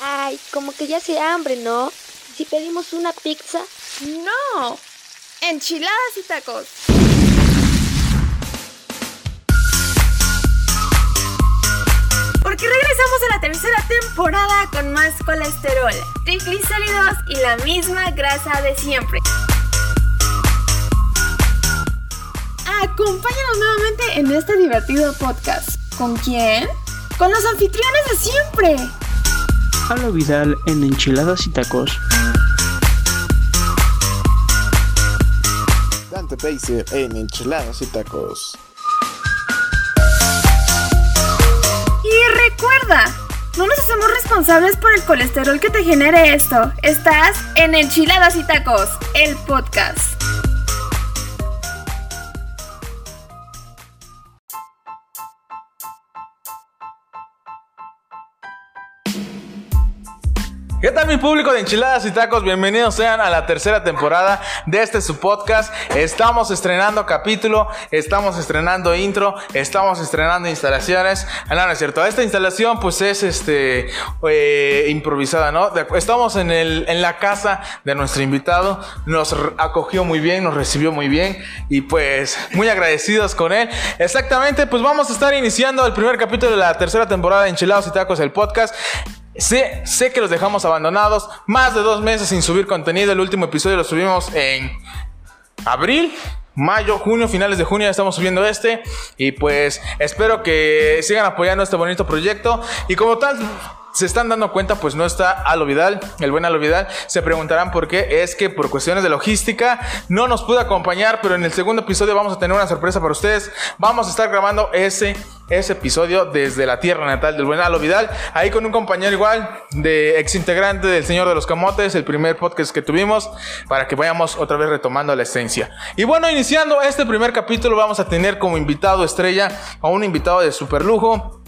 Ay, como que ya hace hambre, ¿no? Si pedimos una pizza. No. Enchiladas y tacos. Porque regresamos a la tercera temporada con más colesterol, triglicéridos y la misma grasa de siempre. Acompáñanos nuevamente en este divertido podcast. ¿Con quién? Con los anfitriones de siempre. Pablo Vidal en Enchiladas y Tacos. Dante Pacer en Enchiladas y Tacos. Y recuerda, no nos hacemos responsables por el colesterol que te genere esto. Estás en Enchiladas y Tacos, el podcast. ¿Qué tal mi público de Enchiladas y Tacos? Bienvenidos sean a la tercera temporada de este su podcast. Estamos estrenando capítulo, estamos estrenando intro, estamos estrenando instalaciones. Ah, No, no es cierto. Esta instalación pues es este eh, improvisada, ¿no? De- Estamos en, el, en la casa de nuestro invitado. Nos r- acogió muy bien, nos recibió muy bien y pues muy agradecidos con él. Exactamente, pues vamos a estar iniciando el primer capítulo de la tercera temporada de Enchilados y Tacos, el podcast. Sé, sé que los dejamos abandonados más de dos meses sin subir contenido. El último episodio lo subimos en abril, mayo, junio, finales de junio ya estamos subiendo este. Y pues espero que sigan apoyando este bonito proyecto. Y como tal. Se están dando cuenta, pues no está Alo Vidal, el buen Alo Vidal. Se preguntarán por qué. Es que por cuestiones de logística no nos pudo acompañar, pero en el segundo episodio vamos a tener una sorpresa para ustedes. Vamos a estar grabando ese, ese episodio desde la tierra natal del buen Alo Vidal. Ahí con un compañero igual de ex integrante del Señor de los Camotes, el primer podcast que tuvimos, para que vayamos otra vez retomando la esencia. Y bueno, iniciando este primer capítulo, vamos a tener como invitado estrella a un invitado de super lujo.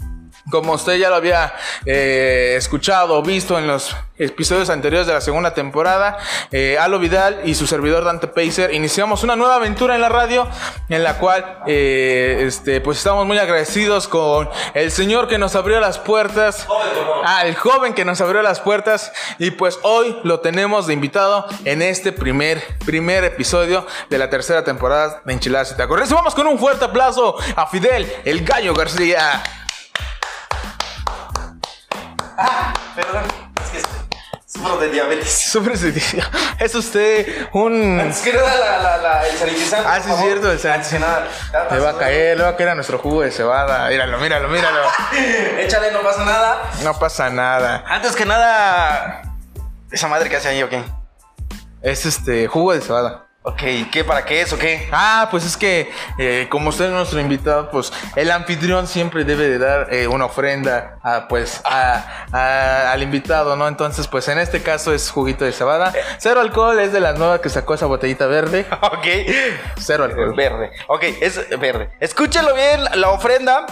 Como usted ya lo había eh, escuchado o visto en los episodios anteriores de la segunda temporada, eh, Alo Vidal y su servidor Dante Pacer iniciamos una nueva aventura en la radio en la cual eh, este, pues estamos muy agradecidos con el señor que nos abrió las puertas, al joven que nos abrió las puertas y pues hoy lo tenemos de invitado en este primer, primer episodio de la tercera temporada de Enchiladas y Tacos. Recibamos con un fuerte aplauso a Fidel, el gallo García. Perdón, es que sufro de diabetes. Sobre ese día. Es usted un. Antes que nada, la, la, la, el sanitizante. Ah, sí, por es favor. cierto, el Antes que nada, damas, Le va a caer, le va a caer a nuestro jugo de cebada. Míralo, míralo, míralo. Échale, no pasa nada. No pasa nada. Antes que nada, esa madre que hace ahí, ¿o qué? Es este jugo de cebada. Ok, ¿qué? ¿Para qué es o qué? Ah, pues es que eh, como usted es nuestro invitado, pues el anfitrión siempre debe de dar eh, una ofrenda a, pues, a- a- al invitado, ¿no? Entonces, pues en este caso es juguito de cebada. Cero alcohol, es de las nuevas que sacó esa botellita verde. Ok, Cero alcohol. verde. Ok, es verde. Escúchalo bien, la ofrenda.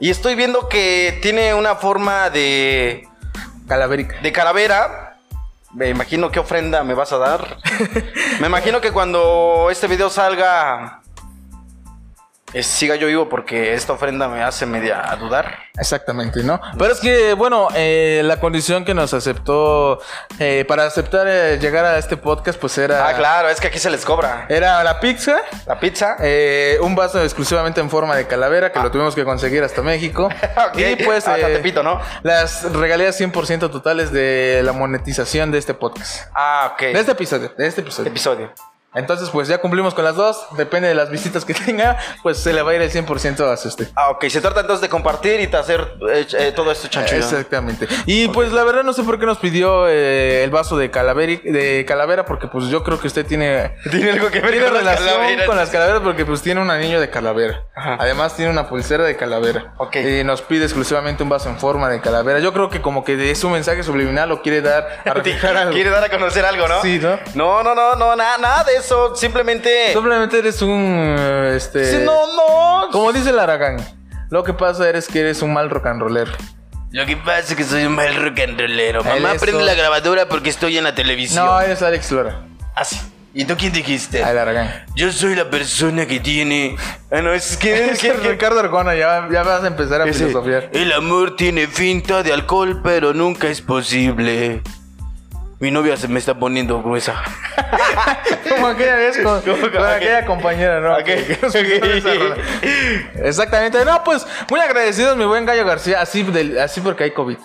Y estoy viendo que tiene una forma de, Calavérica. de calavera. Me imagino qué ofrenda me vas a dar. me imagino que cuando este video salga, eh, siga yo vivo porque esta ofrenda me hace media a dudar. Exactamente, ¿no? Pero es que, bueno, eh, la condición que nos aceptó eh, para aceptar eh, llegar a este podcast, pues era. Ah, claro, es que aquí se les cobra. Era la pizza, La pizza. eh, un vaso exclusivamente en forma de calavera que lo tuvimos que conseguir hasta México. Ah. Ok, Ah, Y pues. hasta eh, Tepito, ¿no? Las regalías 100% totales de la monetización de este podcast. Ah, ok. De este episodio, de este episodio. episodio. Entonces, pues ya cumplimos con las dos. Depende de las visitas que tenga, pues se le va a ir el 100% a este. Ah, ok. Se trata entonces de compartir y de hacer eh, eh, todo Ah, esto chanchullo. Exactamente. Y pues la verdad no sé por qué nos pidió eh, el vaso de calavera, de calavera, porque pues yo creo que usted tiene, Tiene algo que ver tiene con las relación calaveras. con las calaveras, porque pues tiene un anillo de calavera. Ajá. Además tiene una pulsera de calavera. Ok. Y nos pide exclusivamente un vaso en forma de calavera. Yo creo que como que es un mensaje subliminal o quiere dar a reflejar algo. Quiere dar eh. a conocer algo, ¿no? Sí, ¿no? No, no, no, no, na- nada de eso. Simplemente. Simplemente eres un, eh, este... Sí, no, no. Como dice el Aragán, lo que pasa es que eres un mal rock and roller. Lo que pasa es que soy un mal rock and rollero. Él Mamá es prende todo. eh. la grabadora porque estoy en la televisión. No, eres Alex Lora. Así. ¿Y tú quién dijiste? Ay, la regué. Yo soy la persona que tiene. Ah, no, es que. Es es que- el Ricardo Arjona, ya, ya vas a empezar a ese, filosofiar. El amor tiene finta de alcohol, pero nunca es posible. Mi novia se me está poniendo gruesa. Como aquella vez con, Como con aquella- aquella compañera, ¿no? Ok, ok. Exactamente. No, pues muy agradecidos, mi buen Gallo García. Así, del- así porque hay COVID.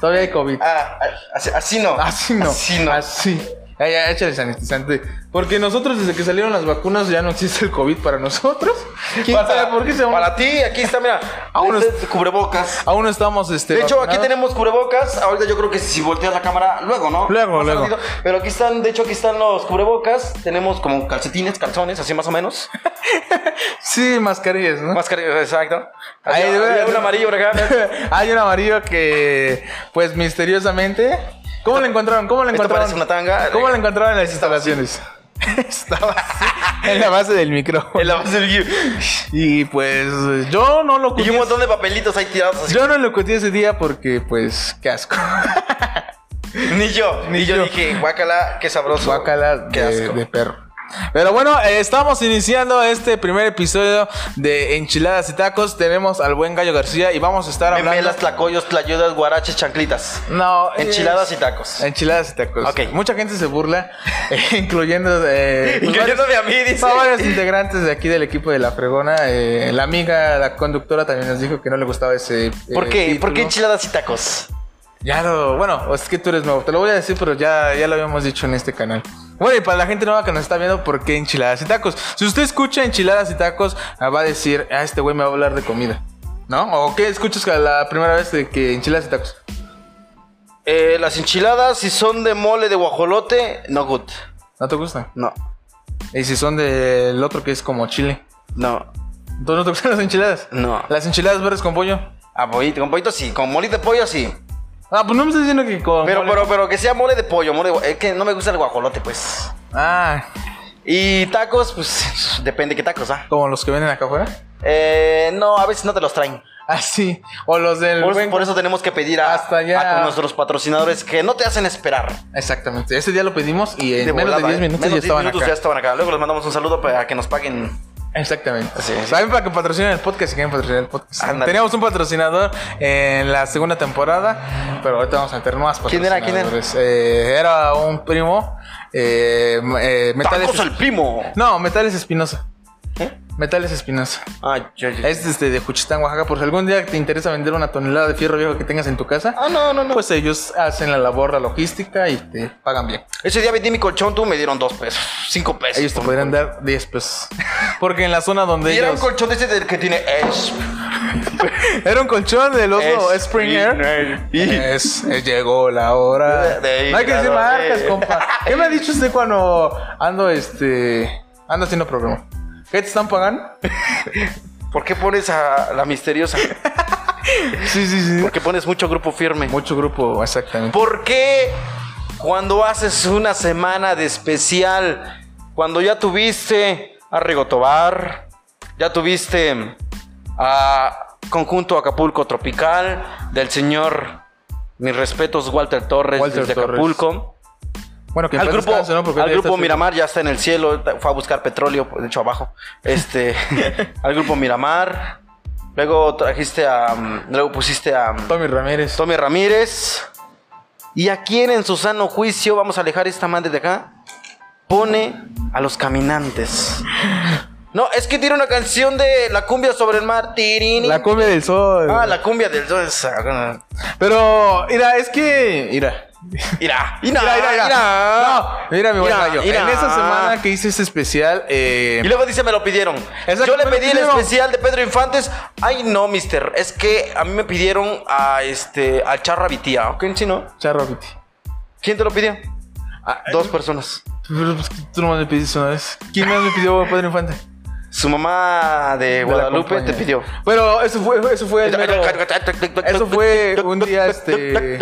Todavía hay COVID. Ah, ah, así, así no. Así no. Así no. Así. Ya, ya, échale sanitizante. Porque nosotros, desde que salieron las vacunas, ya no existe el COVID para nosotros. ¿Quién Para- sabe por qué se Para ti, aquí está, mira. Aún Este es cubrebocas. Aún no estamos, este. De hecho, aquí vacunados. tenemos cubrebocas. Ahorita yo creo que si volteas la cámara, luego, ¿no? Luego, Más luego. tardito. Pero aquí están, de hecho, aquí están los cubrebocas. Tenemos como calcetines, calzones, así más o menos. Sí, mascarillas, ¿no? Mascarilla, exacto. Ahí Ahí debe de debe ser. un amarillo por acá. Hay un amarillo que, pues misteriosamente. ¿Cómo lo encontraron? ¿Cómo lo Esto encontraron? parece una tanga. ¿Cómo lo encontraron en las instalaciones? Estaba así, en la base del micrófono. El avance del Y pues yo no lo Y cogí. un montón de papelitos ahí tirados así. Yo no lo cogí ese día porque, pues, qué asco. ni yo. Ni Ni yo yo. dije, guácala, qué sabroso. Guácala qué de, asco. de perro. Pero bueno, eh, estamos iniciando este primer episodio de Enchiladas y Tacos. Tenemos al buen Gallo García y vamos a estar hablando. Memelas, tlacoyos, tlayudas, guaraches, chanclitas. No, eh, Enchiladas es- y tacos. Enchiladas y tacos. Ok. Mucha gente se burla, eh, incluyendo. eh, pues, Incluyéndome a mí, varios- dice. no, varios integrantes de aquí del equipo de La Fregona. eh, la amiga, la conductora también nos dijo que no le gustaba ese. eh, ¿Por qué? ¿Por qué título. enchiladas y tacos? Ya lo. Bueno, es que tú eres nuevo. Te lo voy a decir, pero ya, ya lo habíamos dicho en este canal. Bueno, y para la gente nueva que nos está viendo, ¿por qué enchiladas y tacos? Si usted escucha enchiladas y tacos, ah, va a decir, ah, este güey me va a hablar de comida. ¿No? ¿O qué escuchas la primera vez de que enchiladas y tacos? Eh, las enchiladas, si son de mole de guajolote, no good. ¿No te gusta? No, Y si son del otro que es como chile. no, Entonces no te gustan las enchiladas. no. Las enchiladas verdes con pollo. A Ah, pollito, con pollito sí, con mole de pollo sí. Ah, pues no me estás diciendo que con. Pero, mole. pero, pero que sea mole de pollo, mole de gua- Es que no me gusta el guajolote, pues. Ah, Y tacos, pues, depende qué tacos, ¿ah? como los que venden acá afuera. Eh, no, a veces no te los traen. Ah, sí. O los del. Por, buen- por eso tenemos que pedir a, Hasta allá. a nuestros patrocinadores que no te hacen esperar. Exactamente. Ese día lo pedimos y en De menos volada, de 10 ¿eh? minutos ya Menos 10 estaban minutos acá. ya estaban acá. Luego les mandamos un saludo para que nos paguen. Exactamente. Sí, sí. También para que patrocinen el podcast, si quieren patrocinar el podcast. Ándale. Teníamos un patrocinador en la segunda temporada, pero ahorita vamos a meter más ¿Quién era? ¿Quién era? patrocinadores. Eh, era un primo. Eh, eh, Metales. ¡Tacos al primo! No, Metales Espinosa. ¿Eh? Metales Espinosa. Ah, yo- yo- Es este, de Juchitán, Oaxaca. Por si algún día te interesa vender una tonelada de fierro viejo que tengas en tu casa, Ah, no, no, no. pues ellos hacen la labor, la logística y te pagan bien. Ese día vendí mi colchón, tú me dieron dos pesos, cinco pesos. Ellos te podrían dar 10 pesos. Porque en la zona donde Y era un ellos. colchón de ese del que tiene es- Era un colchón del oso es- Springer. Y- Es, es- llegó la hora. De- de- no hay que decir de- marcas, de- compa. ¿Qué me ha dicho usted cuando ando este. ando haciendo programa? ¿Qué te están pagando? ¿Por qué pones a la misteriosa? Sí, sí, sí. ¿Por qué pones mucho grupo firme? Mucho grupo, exactamente. ¿Por qué cuando haces una semana de especial, cuando ya tuviste a Rigotobar, ya tuviste a Conjunto Acapulco Tropical, del señor, mis respetos, Walter Torres, Walter desde Torres. Acapulco? Bueno, que en al paz grupo, descanse, ¿no? Porque al ahorita grupo está- Miramar ya está en el cielo, fue a buscar petróleo, de hecho abajo. Este, al grupo Miramar. Luego trajiste a, mm, luego pusiste a mm, Tommy Ramírez. Tommy Ramírez. ¿Y a quién en su sano juicio vamos a alejar esta madre de acá? Pone a los caminantes. No, es que tiene una canción de la cumbia sobre el mar. Tirini. La cumbia del sol. ah, la cumbia del sol. Esa. Pero, mira, es que. Mira. Irá. Irá, Mira, mira, mira. irá. No, mira, mi buen Mira, gallo. mira. En esa semana que hice este especial, eh, Y luego dice, me lo pidieron. Exacto, Yo le me lo pedí el pidieron. especial de Pedro Infantes. Ay, no, mister. Es que a mí me pidieron a este a Charra Vitía. ¿Ok? ¿Sí, no? Charro Piti. ¿Quién te lo pidió? Dos personas. Pero pues, tú nomás me pediste una vez. ¿Quién más me pidió Padre Infante? Su mamá de De la Guadalupe compañía. te pidió. Pero eso fue, eso fue el mero- Eso fue un día, este.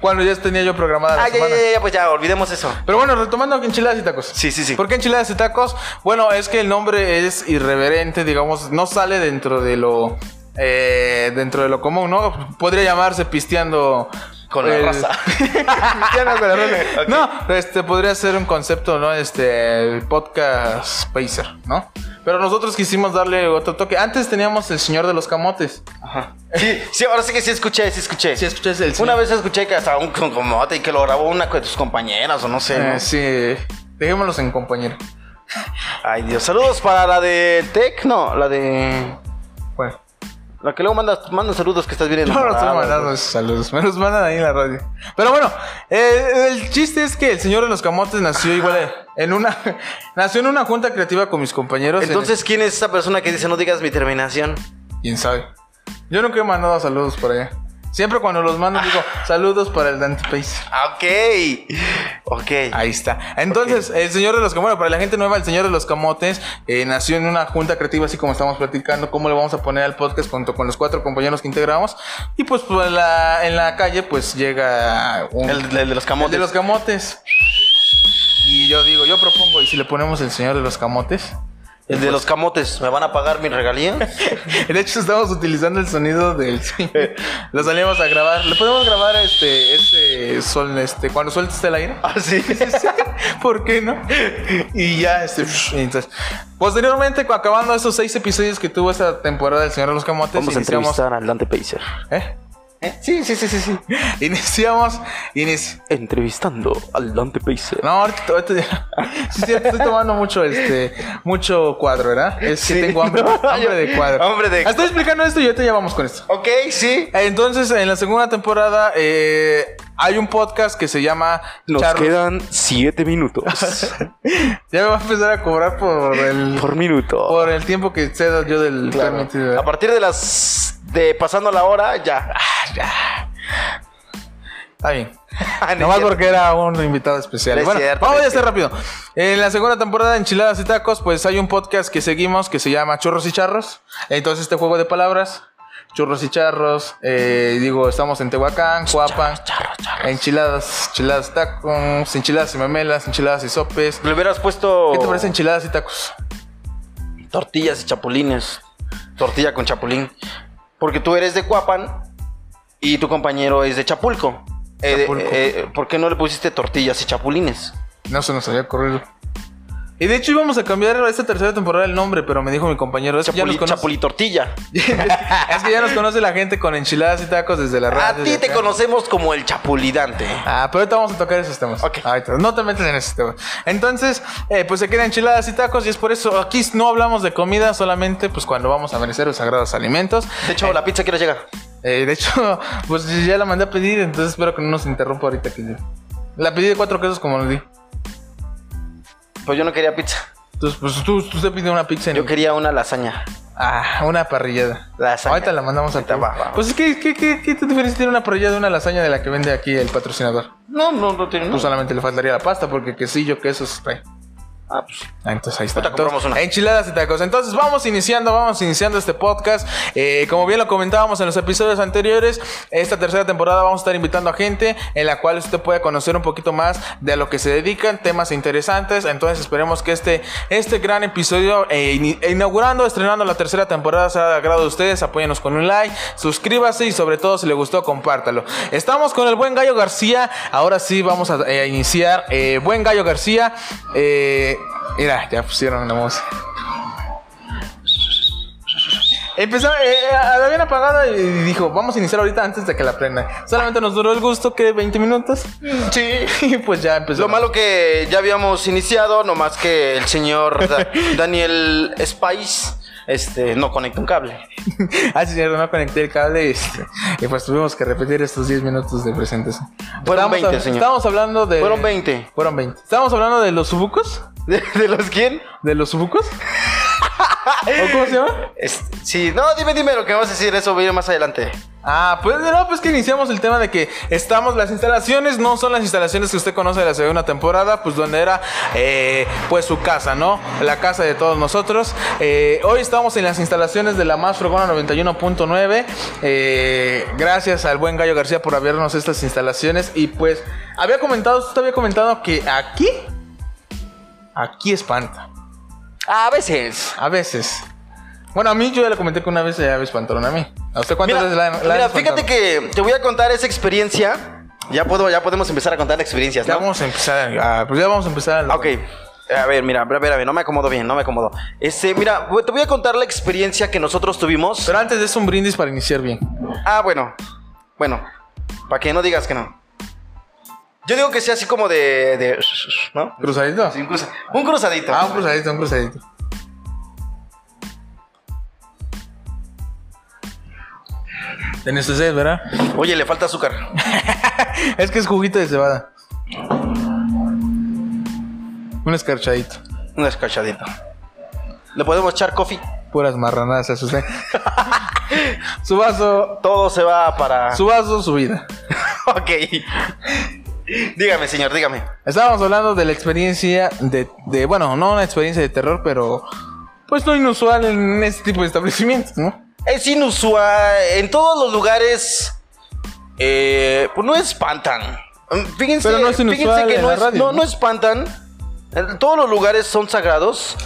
Cuando ya tenía yo programada la Ay, ya, semana. ya, ya, pues ya, olvidemos eso. Pero bueno, retomando que enchiladas y tacos. Sí, sí, sí. ¿Por qué enchiladas y tacos? Bueno, es que el nombre es irreverente, digamos, no sale dentro de lo eh, dentro de lo común, ¿no? Podría llamarse pisteando Con la el- raza. Cristiano con la raza. Ok. No, este podría ser un concepto, ¿no? Este, el podcast Pacer, ¿no? Pero nosotros quisimos darle otro toque. Antes teníamos el señor de los camotes. Ajá. Sí, sí, ahora sí que sí escuché, sí escuché. Si escuchas el Una vez escuché que hasta un con- comote y que lo grabó una de tus compañeras o no sé. ¿no? Eh, sí. Dejémoslos en compañero. Ay, Dios. Saludos para la de Tech, no, la de. Bueno. La que luego manda, manda saludos que estás bien No, no enamorada, estoy mandando esos saludos. Me los mandan ahí en la radio. Pero bueno, eh, el chiste es que el señor de los camotes nació igual eh, en una. nació en una junta creativa con mis compañeros. en- Entonces, ¿quién es esa persona que dice no digas mi terminación? quién sabe. Yo nunca he mandado saludos por allá. Siempre cuando los mando digo saludos para el Dante Pace. Ah, Ok. Ok. Ahí está. Entonces, el señor de los camotes, bueno, para la gente nueva, el señor de los camotes eh, nació en una junta creativa, así como estamos platicando, cómo le vamos a poner al podcast junto con los cuatro compañeros que integramos. Y pues, por la- en la calle, pues llega un, El, el de los el camotes. de los camotes. Y yo digo, yo propongo, y si le ponemos el señor de los camotes. El de los camotes. ¿Me van a pagar mi regalía? De hecho, estamos utilizando el sonido del señor. Eh, Lo salimos a grabar. ¿Le podemos grabar este, este sol, este, cuando sueltes el aire? ah, sí. ¿Por qué no? Y ya, este. y Entonces, posteriormente, cu- acabando esos seis episodios que tuvo esta temporada del Señor de los Camotes, iniciamos. al Dante Pacer. ¿Eh? Sí, sí, sí, sí, sí. Iniciamos. inici- Entrevistando al Dante Pacer. No, ahorita, ahorita ya. Sí, sí, estoy tomando mucho, este, mucho cuadro, ¿verdad? Es que Sí. tengo hambre, hambre de cuadro. Ah, Hambre de- Estoy explicando esto y ahorita ya vamos con esto. Ok, sí. Entonces, en la segunda temporada eh, hay un podcast que se llama Nos Charlos- quedan siete minutos Ya me va a empezar a cobrar por el, por minuto. por el tiempo que cedo yo del permitido, ¿verdad? A partir de las. de pasando la hora, ya. Está bien. Ah, no Nomás es cierto. porque era un invitado especial. No es bueno, cierto, vamos no a es hacer rápido. En la segunda temporada de Enchiladas y Tacos, pues hay un podcast que seguimos que se llama Churros y Charros. Entonces, este juego de palabras, churros y charros, eh, digo, estamos en Tehuacán, Cuapan, Eh, enchiladas, enchiladas y tacos, enchiladas y memelas, enchiladas y sopes. Le hubieras puesto. ¿Qué te parece enchiladas y tacos? Tortillas y chapulines. Tortilla con chapulín. Porque tú eres de Cuapan y tu compañero es de Chapulco. Eh, de- Chapulco. eh, ¿Por qué no le pusiste tortillas y chapulines? No se nos había ocurrido. Y de hecho íbamos a cambiar esta tercera temporada el nombre, pero me dijo mi compañero, es que ya nos Chapuli, conoce- chapulitortilla. es que ya nos conoce la gente con enchiladas y tacos desde la A radio. ti desde te acá. conocemos como el chapulidante. Ah, pero ahorita vamos a tocar esos temas. Ok. Ahorita, no te metas en esos temas. Entonces, eh, pues se quedan enchiladas y tacos y es por eso aquí no hablamos de comida, solamente pues cuando vamos a merecer los sagrados alimentos. De hecho, la pizza quiere llegar. Eh, de hecho, pues ya la mandé a pedir, entonces espero que no nos interrumpa ahorita que llegue. La pedí de cuatro quesos como les di. Pues yo no quería pizza. Entonces, pues tú, tú te pidió una pizza en Yo quería una lasaña. Ah, una parrillada. Lasaña. Ahorita la mandamos a Ahorita pedir. va, va. Pues es que, ¿qué, qué, qué diferencia tiene una parrillada de una lasaña de la que vende aquí el patrocinador? No, no, no tiene. Pues solamente le faltaría la pasta porque quesillo, quesos, trae. Ah, pues. Ah, Entonces ahí está. Ahorita compramos Entonces, una. Enchiladas y tacos. Entonces vamos iniciando, vamos iniciando este podcast. Eh, como bien lo comentábamos en los episodios anteriores, esta tercera temporada vamos a estar invitando a gente en la cual usted pueda conocer un poquito más de a lo que se dedican, temas interesantes. Entonces esperemos que este, este gran episodio, eh, ini- inaugurando, estrenando la tercera temporada, sea de agrado de ustedes. Apóyenos con un like, suscríbase y sobre todo si le gustó, compártalo. Estamos con el buen Gallo García. Ahora sí vamos a eh, iniciar. Eh, buen Gallo García. eh, Mira, ya pusieron la música. Empezó, eh, eh, la habían apagado y dijo, vamos a iniciar ahorita antes de que la prenda. Solamente nos duró el gusto que 20 minutos Sí. y pues ya empezó. Mm. Lo malo que ya habíamos iniciado, nomás que el señor Da- Daniel Spice este, no conecta un cable. Ah, sí, cierto, no conecté el cable este, y pues tuvimos que repetir estos 10 minutos de presentación. Estábamos Fueron 20, hab- señor. Estábamos hablando de... Fueron 20. Fueron 20. Estábamos hablando de los subucos. ¿De, de los quién? ¿De los subucos? ¿O cómo se llama? Este, sí, no, dime, dime lo que vamos a decir, eso viene más adelante. Ah, pues no, pues que iniciamos el tema de que estamos, las instalaciones no son las instalaciones que usted conoce de la segunda temporada, pues donde era eh, pues su casa, ¿no? La casa de todos nosotros. Eh, hoy estamos en las instalaciones de la Más Fregona 91.9. Eh, gracias al buen Gallo García por habernos estas instalaciones. Y pues, había comentado, usted había comentado que aquí, aquí espanta. A veces. A veces. Bueno, a mí yo ya le comenté que una vez ya me espantaron a mí. ¿A usted cuántas Mira, veces la, han- la han mira, fíjate espantado? que te voy a contar esa experiencia Ya, puedo, ya podemos empezar a contar experiencias, Ya ¿no? vamos a empezar. ah, pues ya vamos a empezar. Ok. A ver, mira, a ver, a ver, no me acomodo bien, no me acomodo. Este, mira, te voy a contar la experiencia que nosotros tuvimos. Pero antes de eso, un brindis para iniciar bien. Ah, bueno. Bueno. Para que no digas que no. Yo digo que sea así como de. de- ¿No? ¿Cruzadito? Sí, un, cruza- un cruzadito. Ah, un cruzadito, un cruzadito. Tenés sed, este ¿verdad? Oye, le falta azúcar. Es que es juguito de cebada. Un escarchadito. Un escachadito. Le podemos echar coffee. Puras marranadas, se asustan. su vaso, Todo se va para. su vaso, su vida. ok. dígame, señor, dígame. Estábamos hablando de la experiencia de, de, bueno, no una experiencia de terror, pero pues no inusual en este tipo de establecimientos, ¿no? Es inusual. En todos los lugares. eh, pues no espantan. Mm, Fíjense, Pero no es fíjense inusual que en no, la es- radio, no- ¿no? no espantan. En Todos los lugares son sagrados.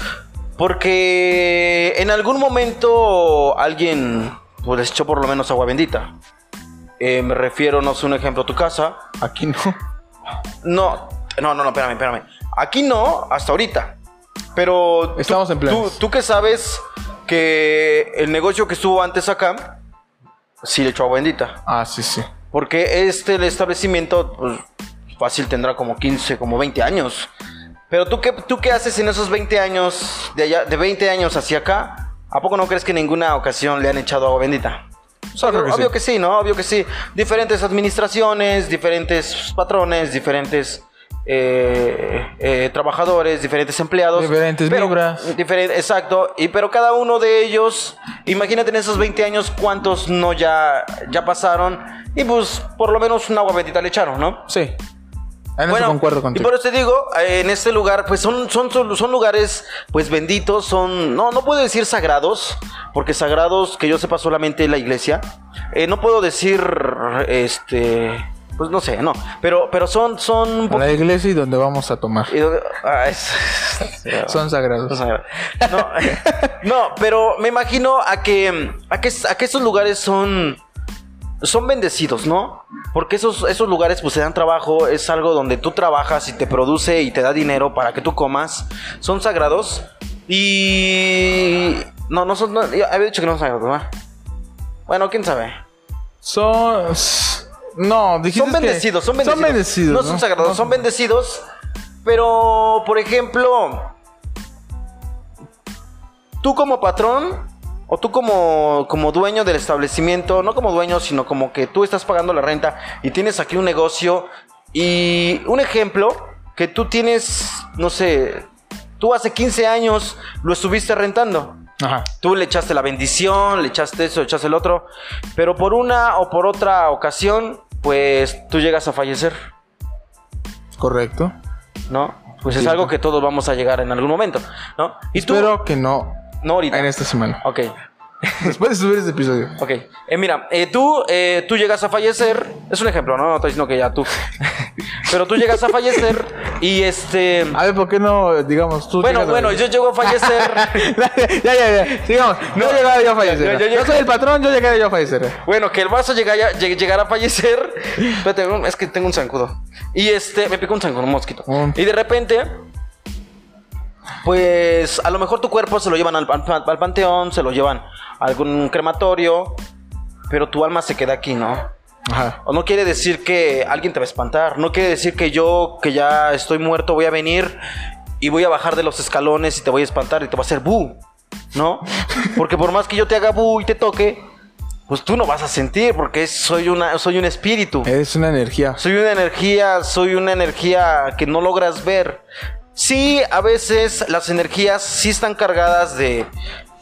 Porque en algún momento alguien pues, les echó por lo menos agua bendita. Eh, me refiero, no sé, un ejemplo, a tu casa. Aquí no. No, no, no, no, espérame, espérame. Aquí no, hasta ahorita. Pero. tú- Estamos en Tú, planes. tú que sabes que el negocio que estuvo antes acá, sí le echó agua bendita. Ah, sí, sí. Porque este el establecimiento, pues, fácil tendrá como 15, como 20 años. Pero tú qué, tú qué haces en esos 20 años, de allá, de 20 años hacia acá, ¿a poco no crees que en ninguna ocasión le han echado agua bendita? creo que obvio sí. que sí, ¿no? Obvio que sí. Diferentes administraciones, diferentes patrones, diferentes eh, eh, trabajadores, diferentes empleados. Diferentes pero- vibras. diferente- exacto. Y pero cada uno de ellos, imagínate en esos 20 años cuántos no ya, ya pasaron. Y pues por lo menos un agua bendita le echaron, ¿no? Sí. En eso concuerdo y contigo. por eso te digo, eh, en este lugar, pues son, son, son, son lugares, pues benditos, son, no, no puedo decir sagrados, porque sagrados que yo sepa solamente la iglesia. Eh, no puedo decir, este, pues no sé, no, pero, pero son, son un A poco- la iglesia y donde vamos a tomar. y donde- ah, es- Son sagrados. no, no, pero me imagino a que, a que, a que esos lugares son, son bendecidos, ¿no? Porque esos, esos lugares pues te dan trabajo, es algo donde tú trabajas y te produce y te da dinero para que tú comas, son sagrados y... No, no son... no, yo había dicho que no son sagrados, ¿verdad? Bueno, quién sabe. Son. No, dijiste. Son que- bendecidos, son bendecidos. Son bendecidos. No, son sagrados, No. son bendecidos. Pero, por ejemplo, tú como patrón o tú como, como dueño del establecimiento, no como dueño, sino como que tú estás pagando la renta y tienes aquí un negocio y un ejemplo que tú tienes, no sé, tú hace 15 años lo estuviste rentando. Ajá. Tú le echaste la bendición, le echaste eso, le echaste el otro. Pero por una o por otra ocasión, pues tú llegas a fallecer, Correcto. ¿no? Pues es Sí. algo que todos vamos a llegar en algún momento, ¿no? Y tú... Espero que no. No ahorita. En esta semana. Ok, Después de subir este episodio. ok. Eh, mira, eh, tú, eh, tú llegas a fallecer... Es un ejemplo, ¿no? No estoy diciendo que ya tú... Pero tú llegas a fallecer y este... A ver, ¿por qué no, digamos, Ah, tú? Bueno, digas- bueno, yo llego a fallecer... ya, ya, ya. Sigamos. No, No, llegara yo a yo- fallecer. yo- Yo, yo- soy el patrón, yo llegaré yo a fallecer. Bueno, que el vaso llegara, lleg- llegara a fallecer. Espérate, un- es que tengo un zancudo. Y este, me picó un zancudo, un mosquito. Mm. Y de repente, pues a lo mejor tu cuerpo se lo llevan al, pan- al panteón, se lo llevan a algún crematorio, pero tu alma se queda aquí, ¿no? Ajá. O no quiere decir que alguien te va a espantar. No quiere decir que yo, que ya estoy muerto, voy a venir y voy a bajar de los escalones y te voy a espantar y te va a hacer bu. ¿No? Porque por más que yo te haga bu y te toque, pues tú no vas a sentir porque soy, una, soy un espíritu. Es una energía. Soy una energía, soy una energía que no logras ver. Sí, a veces las energías sí están cargadas de,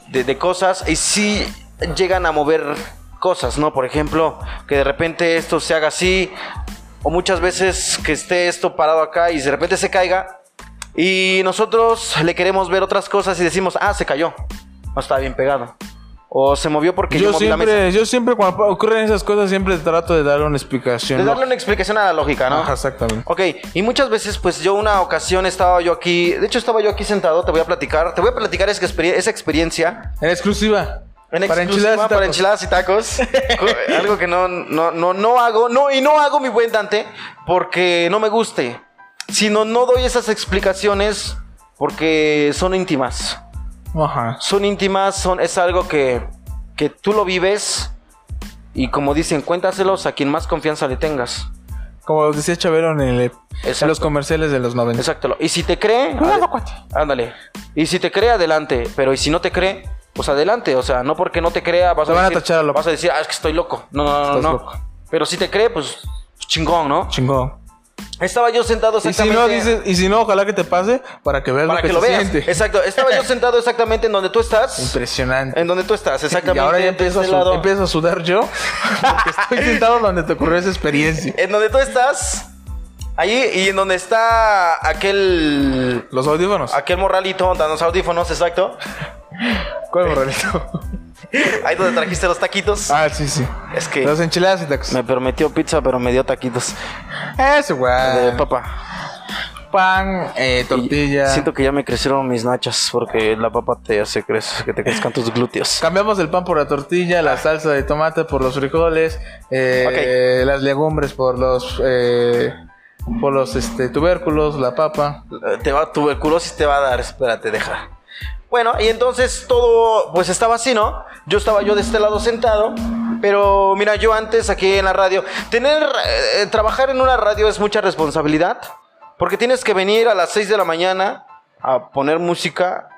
de- de cosas y sí llegan a mover cosas, ¿no? Por ejemplo, que de repente esto se haga así o muchas veces que esté esto parado acá y de repente se caiga y nosotros le queremos ver otras cosas y decimos, ah, se cayó, no estaba bien pegado. O se movió porque yo, Yo moví la mesa. siempre, yo siempre cuando ocurren esas cosas, siempre trato de darle una explicación. De ¿no? darle una explicación a la lógica, ¿no? Ajá, exactamente. Ok, y muchas veces, pues yo una ocasión estaba yo aquí, de hecho estaba yo aquí sentado, te voy a platicar, te voy a platicar esa, experie- esa experiencia En exclusiva. En Para enchiladas y para enchiladas, para tacos. enchiladas y tacos. Co- algo que no, no, no, no hago. No, y no hago mi buen Dante porque no me guste. Sino no doy esas explicaciones porque son íntimas. Ajá. Son íntimas, son, es algo que, que tú lo vives. Y como dicen, cuéntaselos a quien más confianza le tengas. Como decía Chabelo en, el- Exacto. en los comerciales de los 90. Exacto. Y si te cree. ade- Ándale. Y si te cree, adelante. Pero y si no te cree, pues adelante. O sea, no porque no te crea vas Te a van a decir. tachar a loco. vas a decir, ah, es que estoy loco. No, no, no, no, Estás no. loco. Pero si te cree, pues chingón, ¿no? Chingón. Estaba yo sentado Y si exactamente. no, dices, y si no, ojalá que te pase para que veas para lo que, que lo se veas. siente. Exacto. Estaba yo sentado exactamente en donde tú estás. Impresionante. En donde tú estás, Y exactamente. ahora ya de empiezo a, este su- lado. empiezo a sudar yo. Porque estoy sentado donde te ocurrió esa experiencia. En donde tú estás. Ahí y en donde está aquel. Los audífonos. Aquel morralito, los audífonos, exacto. ¿Cuál morralito? Ahí donde trajiste los taquitos. ah, sí, sí. Es que- Las enchiladas y tacos. Me prometió pizza, pero me dio taquitos Eso, güey. de papa. Pan, eh, tortilla. Y Siento que ya me crecieron mis nachas porque la papa te hace crecer, que te crezcan tus glúteos. Cambiamos el pan por la tortilla, Ah. la salsa de tomate por los frijoles, eh, las legumbres por los eh, por los este, tubérculos, la papa. Te va tuberculosis, te va a dar. Espérate, deja. Bueno, y entonces todo, pues estaba así, ¿no? Yo estaba yo de este lado sentado, pero mira, yo antes aquí en la radio, tener, eh, trabajar en una radio es mucha responsabilidad, porque tienes que venir a las 6 de la mañana a poner música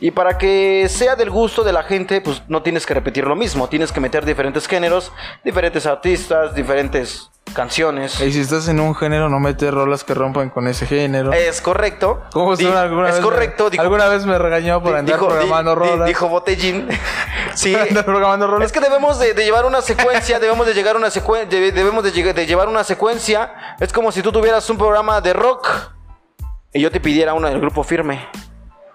y para que sea del gusto de la gente, pues no tienes que repetir lo mismo, tienes que meter diferentes géneros, diferentes artistas, diferentes canciones. Y si estás en un género, no metes rolas que rompan con ese género. Es correcto. ¿Cómo Eh, Di- son alguna es vez? correcto. me, dijo- alguna vez me regañó por Di- andar dijo- di- programando di- rolas. Dijo Botellín. Sí. Por andar programando rolas. Es que debemos de, de llevar una secuencia, debemos de llegar a una secuen- de- debemos de, lleg- de llevar una secuencia. Es como si tú tuvieras un programa de rock y yo te pidiera una del grupo firme.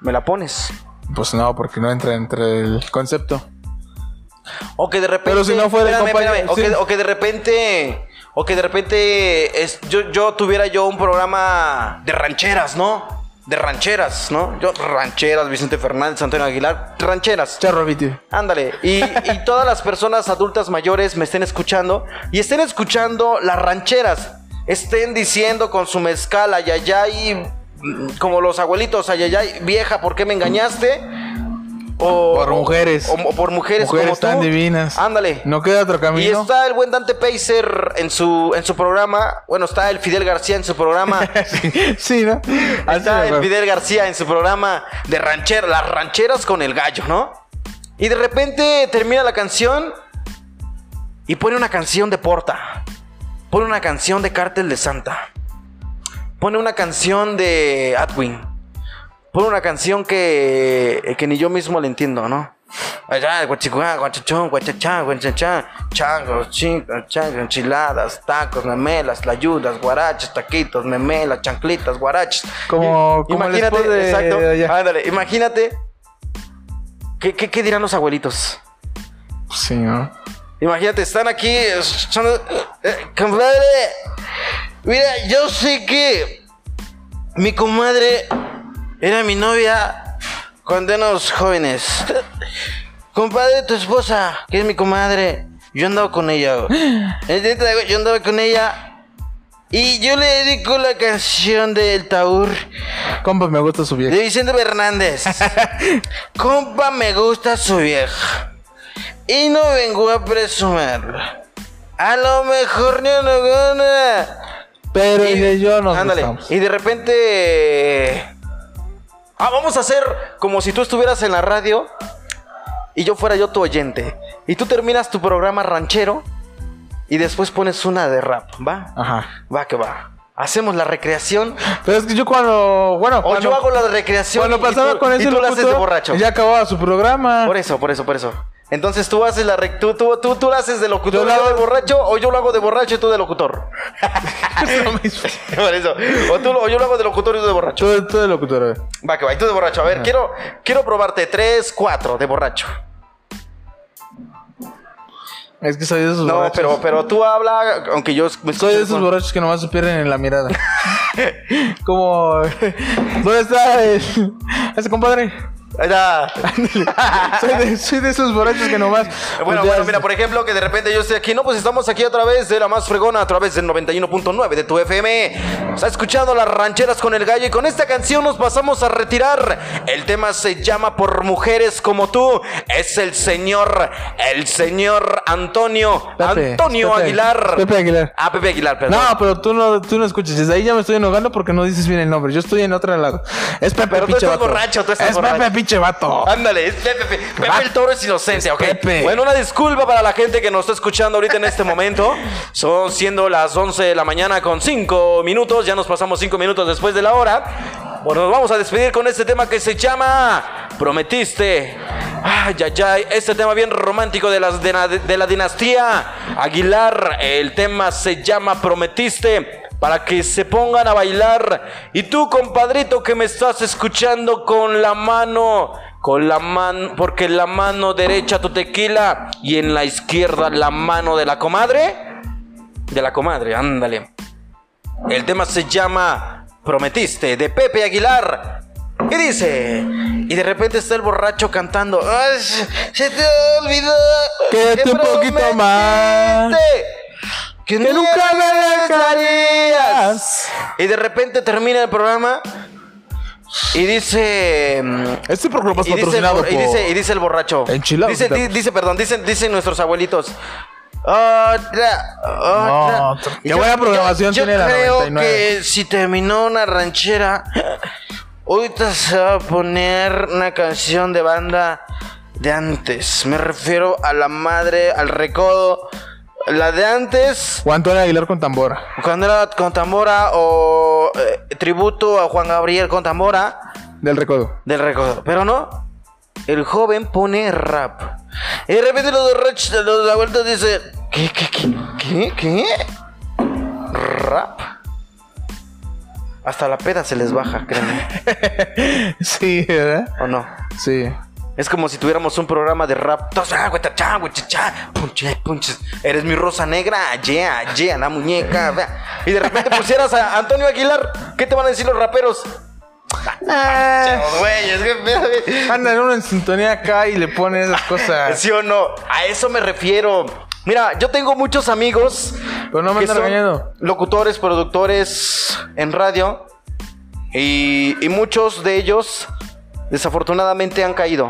Me la pones. Pues no, porque no entra entre el concepto. O que de repente. Pero si no fuera el Espérame, compañero, espérame. O, sí. que, o que de repente. O que de repente. es- yo, yo tuviera yo un programa de rancheras, ¿no? De rancheras, ¿no? Yo, rancheras, Vicente Fernández, Antonio Aguilar, rancheras. Charro Viti. Ándale, y, y todas las personas adultas mayores me estén escuchando y estén escuchando las rancheras, estén diciendo con su mezcal, ayayay, mm, como los abuelitos, ayayay, vieja, ¿por qué me engañaste? O, Por mujeres. O, o por mujeres, Mujeres como tú. tan divinas. Ándale. No queda otro camino. Y está el buen Dante Pacer en su, en su programa. Bueno, está el Fidel García en su programa. sí, sí, ¿no? Así Está me el fue. Fidel García en su programa de ranchera, las rancheras con el gallo, ¿no? Y de repente termina la canción y pone una canción de Porta. Pone una canción de Cártel de Santa. Pone una canción de Atwin. Pone una canción que, que ni yo mismo le entiendo, ¿no? Allá, guachicua, guachachón, guachachá, guachachá, changos, chingos, changos, enchiladas, tacos, memelas, layudas, guarachas, taquitos, memelas, chanclitas, guarachas. Como- Y- como el imagínate, spot de exacto, allá. ándale, imagínate. ¿Qué, qué, qué dirán los abuelitos? Sí, ¿no? Imagínate, están aquí. eh, son- eh, eh, compadre, mira, yo sé que mi comadre era mi novia cuando éramos jóvenes. Compadre, tu esposa, que es mi comadre, yo andaba con ella. Es neta, güey, Yo andaba con ella. Y yo le dedico la canción del Taur Compa, me gusta su vieja. de Vicente Fernández. Compa, me gusta su vieja. Y no vengo a presumirla. A lo mejor ni una gana. Pero y de yo nos Ándale. gustamos. Y de repente. Ah, vamos a hacer como si tú estuvieras en la radio y yo fuera yo tu oyente. Y tú terminas tu programa ranchero y después pones una de rap, ¿va? Ajá. Va que va. Hacemos la recreación. Pero es que yo cuando. Bueno, O cuando, yo hago la recreación. cuando y pasaba tú- con ese Y tú la haces de locutor, borracho. Ya acababa su programa. Por eso, por eso, por eso. Entonces tú haces la rec... tú, tú, tú, tú la haces de locutor, Yo yo, la hago- de borracho, o yo lo hago de borracho y tú de locutor. por eso. O, tú, lo- o yo lo hago de locutor y tú de borracho. Yo de- todo de locutor. a ver. Va que va, y tú de borracho. A Ah. ver, quiero, quiero probarte tres, cuatro de borracho. Es que soy de esos No, borrachos. pero, pero tú habla, aunque yo me Soy de escucho esos con- borrachos que nomás se pierden en la mirada. Como. ¿Dónde está el- ese compadre? Ahí está. soy, de, soy de esos borrachos que nomás. pues, Eh, Bueno, ya- bueno, mira, por ejemplo, que de repente yo estoy aquí. No, pues estamos aquí a través de la más fregona, a través del 91.9 de tu FM. Está escuchando las rancheras con el gallo y con esta canción nos pasamos a retirar. El tema se llama Por Mujeres como tú. Es el señor, el señor Antonio, Pepe, Antonio Pepe, Aguilar. Pepe Aguilar. Ah, Pepe Aguilar, perdón. No, pero tú no, tú no escuchas. Desde ahí ya me estoy enojando porque no dices bien el nombre. Yo estoy en otro lado. Es Pepe Pero tú pinche estás vato. borracho, tú estás es borracho. Ah, Pepe pinche vato. Ándale, es Pepe, Pepe, Pepe Va- el toro es inocencia, ¿ok? Pepe. Bueno, una disculpa para la gente que nos está escuchando ahorita en este momento. Son siendo las 11 de la mañana con 5 minutos. Ya nos pasamos 5 minutos después de la hora. Bueno, nos vamos a despedir con este tema que se llama Prometiste. Ay, ay, ay. Este tema bien romántico de, las, de, la, de la dinastía Aguilar. El tema se llama Prometiste para que se pongan a bailar. Y tú, compadrito, que me estás escuchando con la mano, con la mano, porque en la mano derecha tu tequila y en la izquierda la mano de la comadre. De la comadre, ándale. El tema se llama Prometiste de Pepe Aguilar. Y dice, y de repente está el borracho cantando. "Ay, se te olvidó. Quédate que un poquito más. prometiste que, nunca me dejarías. dejarías. Y de repente termina el programa y dice. mm, Este programa es Y dice, el, patrocinado bor- y, por... dice, y dice el borracho. Enchiladas Dice, di- tenemos. dice, perdón, dicen, dicen nuestros abuelitos. Otra, otra. No, otra. Qué buena programación yo tiene la creo 99. que si terminó una ranchera, ahorita se va a poner una canción de banda de antes. Me refiero a la madre, al recodo. La de antes, Juan Antonio Aguilar con tambora. cuando era con Tambora o eh, tributo a Juan Gabriel con Tambora Del recodo. del recodo. Pero no, el joven pone rap. Y de repente los borrachos, los abuelitos dicen: ¿Qué, qué, qué, qué, qué? ¿Rap? Hasta la peda se les baja, créanme. sí, ¿verdad? ¿O no? Sí. Es como si tuviéramos un programa de rap. Tos, ah, güey, ta, cha, güey, cha, cha, punche, punches. Eres mi rosa negra, yeah, yeah, la muñeca. vea. Y de repente pusieras a Antonio Aguilar. ¿Qué te van a decir los raperos? Ah, Chavos, güey, es que pedo, güey. andan uno en sintonía acá y le ponen esas cosas. ¿Sí o no? A eso me refiero. Mira, yo tengo muchos amigos. Pero no me que andan son regañando. Locutores, productores en radio. Y, y muchos de ellos, desafortunadamente, han caído.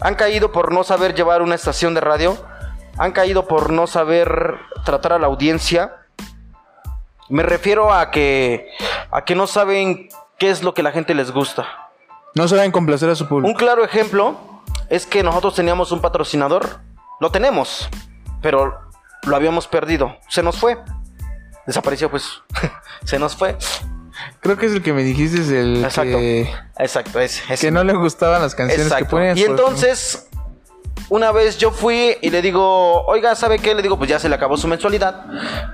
Han caído por no saber llevar una estación de radio. Han caído por no saber tratar a la audiencia. Me refiero a que, a que no saben qué es lo que la gente les gusta. No saben complacer a su público. Un claro ejemplo es que nosotros teníamos un patrocinador. Lo tenemos, pero lo habíamos perdido. Se nos fue. Desapareció, pues. Se nos fue. Creo que es el que me dijiste es el Exacto. que, Exacto, es. es- que no le gustaban las canciones que Exacto. ponías. Y por entonces, una vez yo fui y le digo, oiga, ¿sabe qué? Le digo, pues ya se le acabó su mensualidad.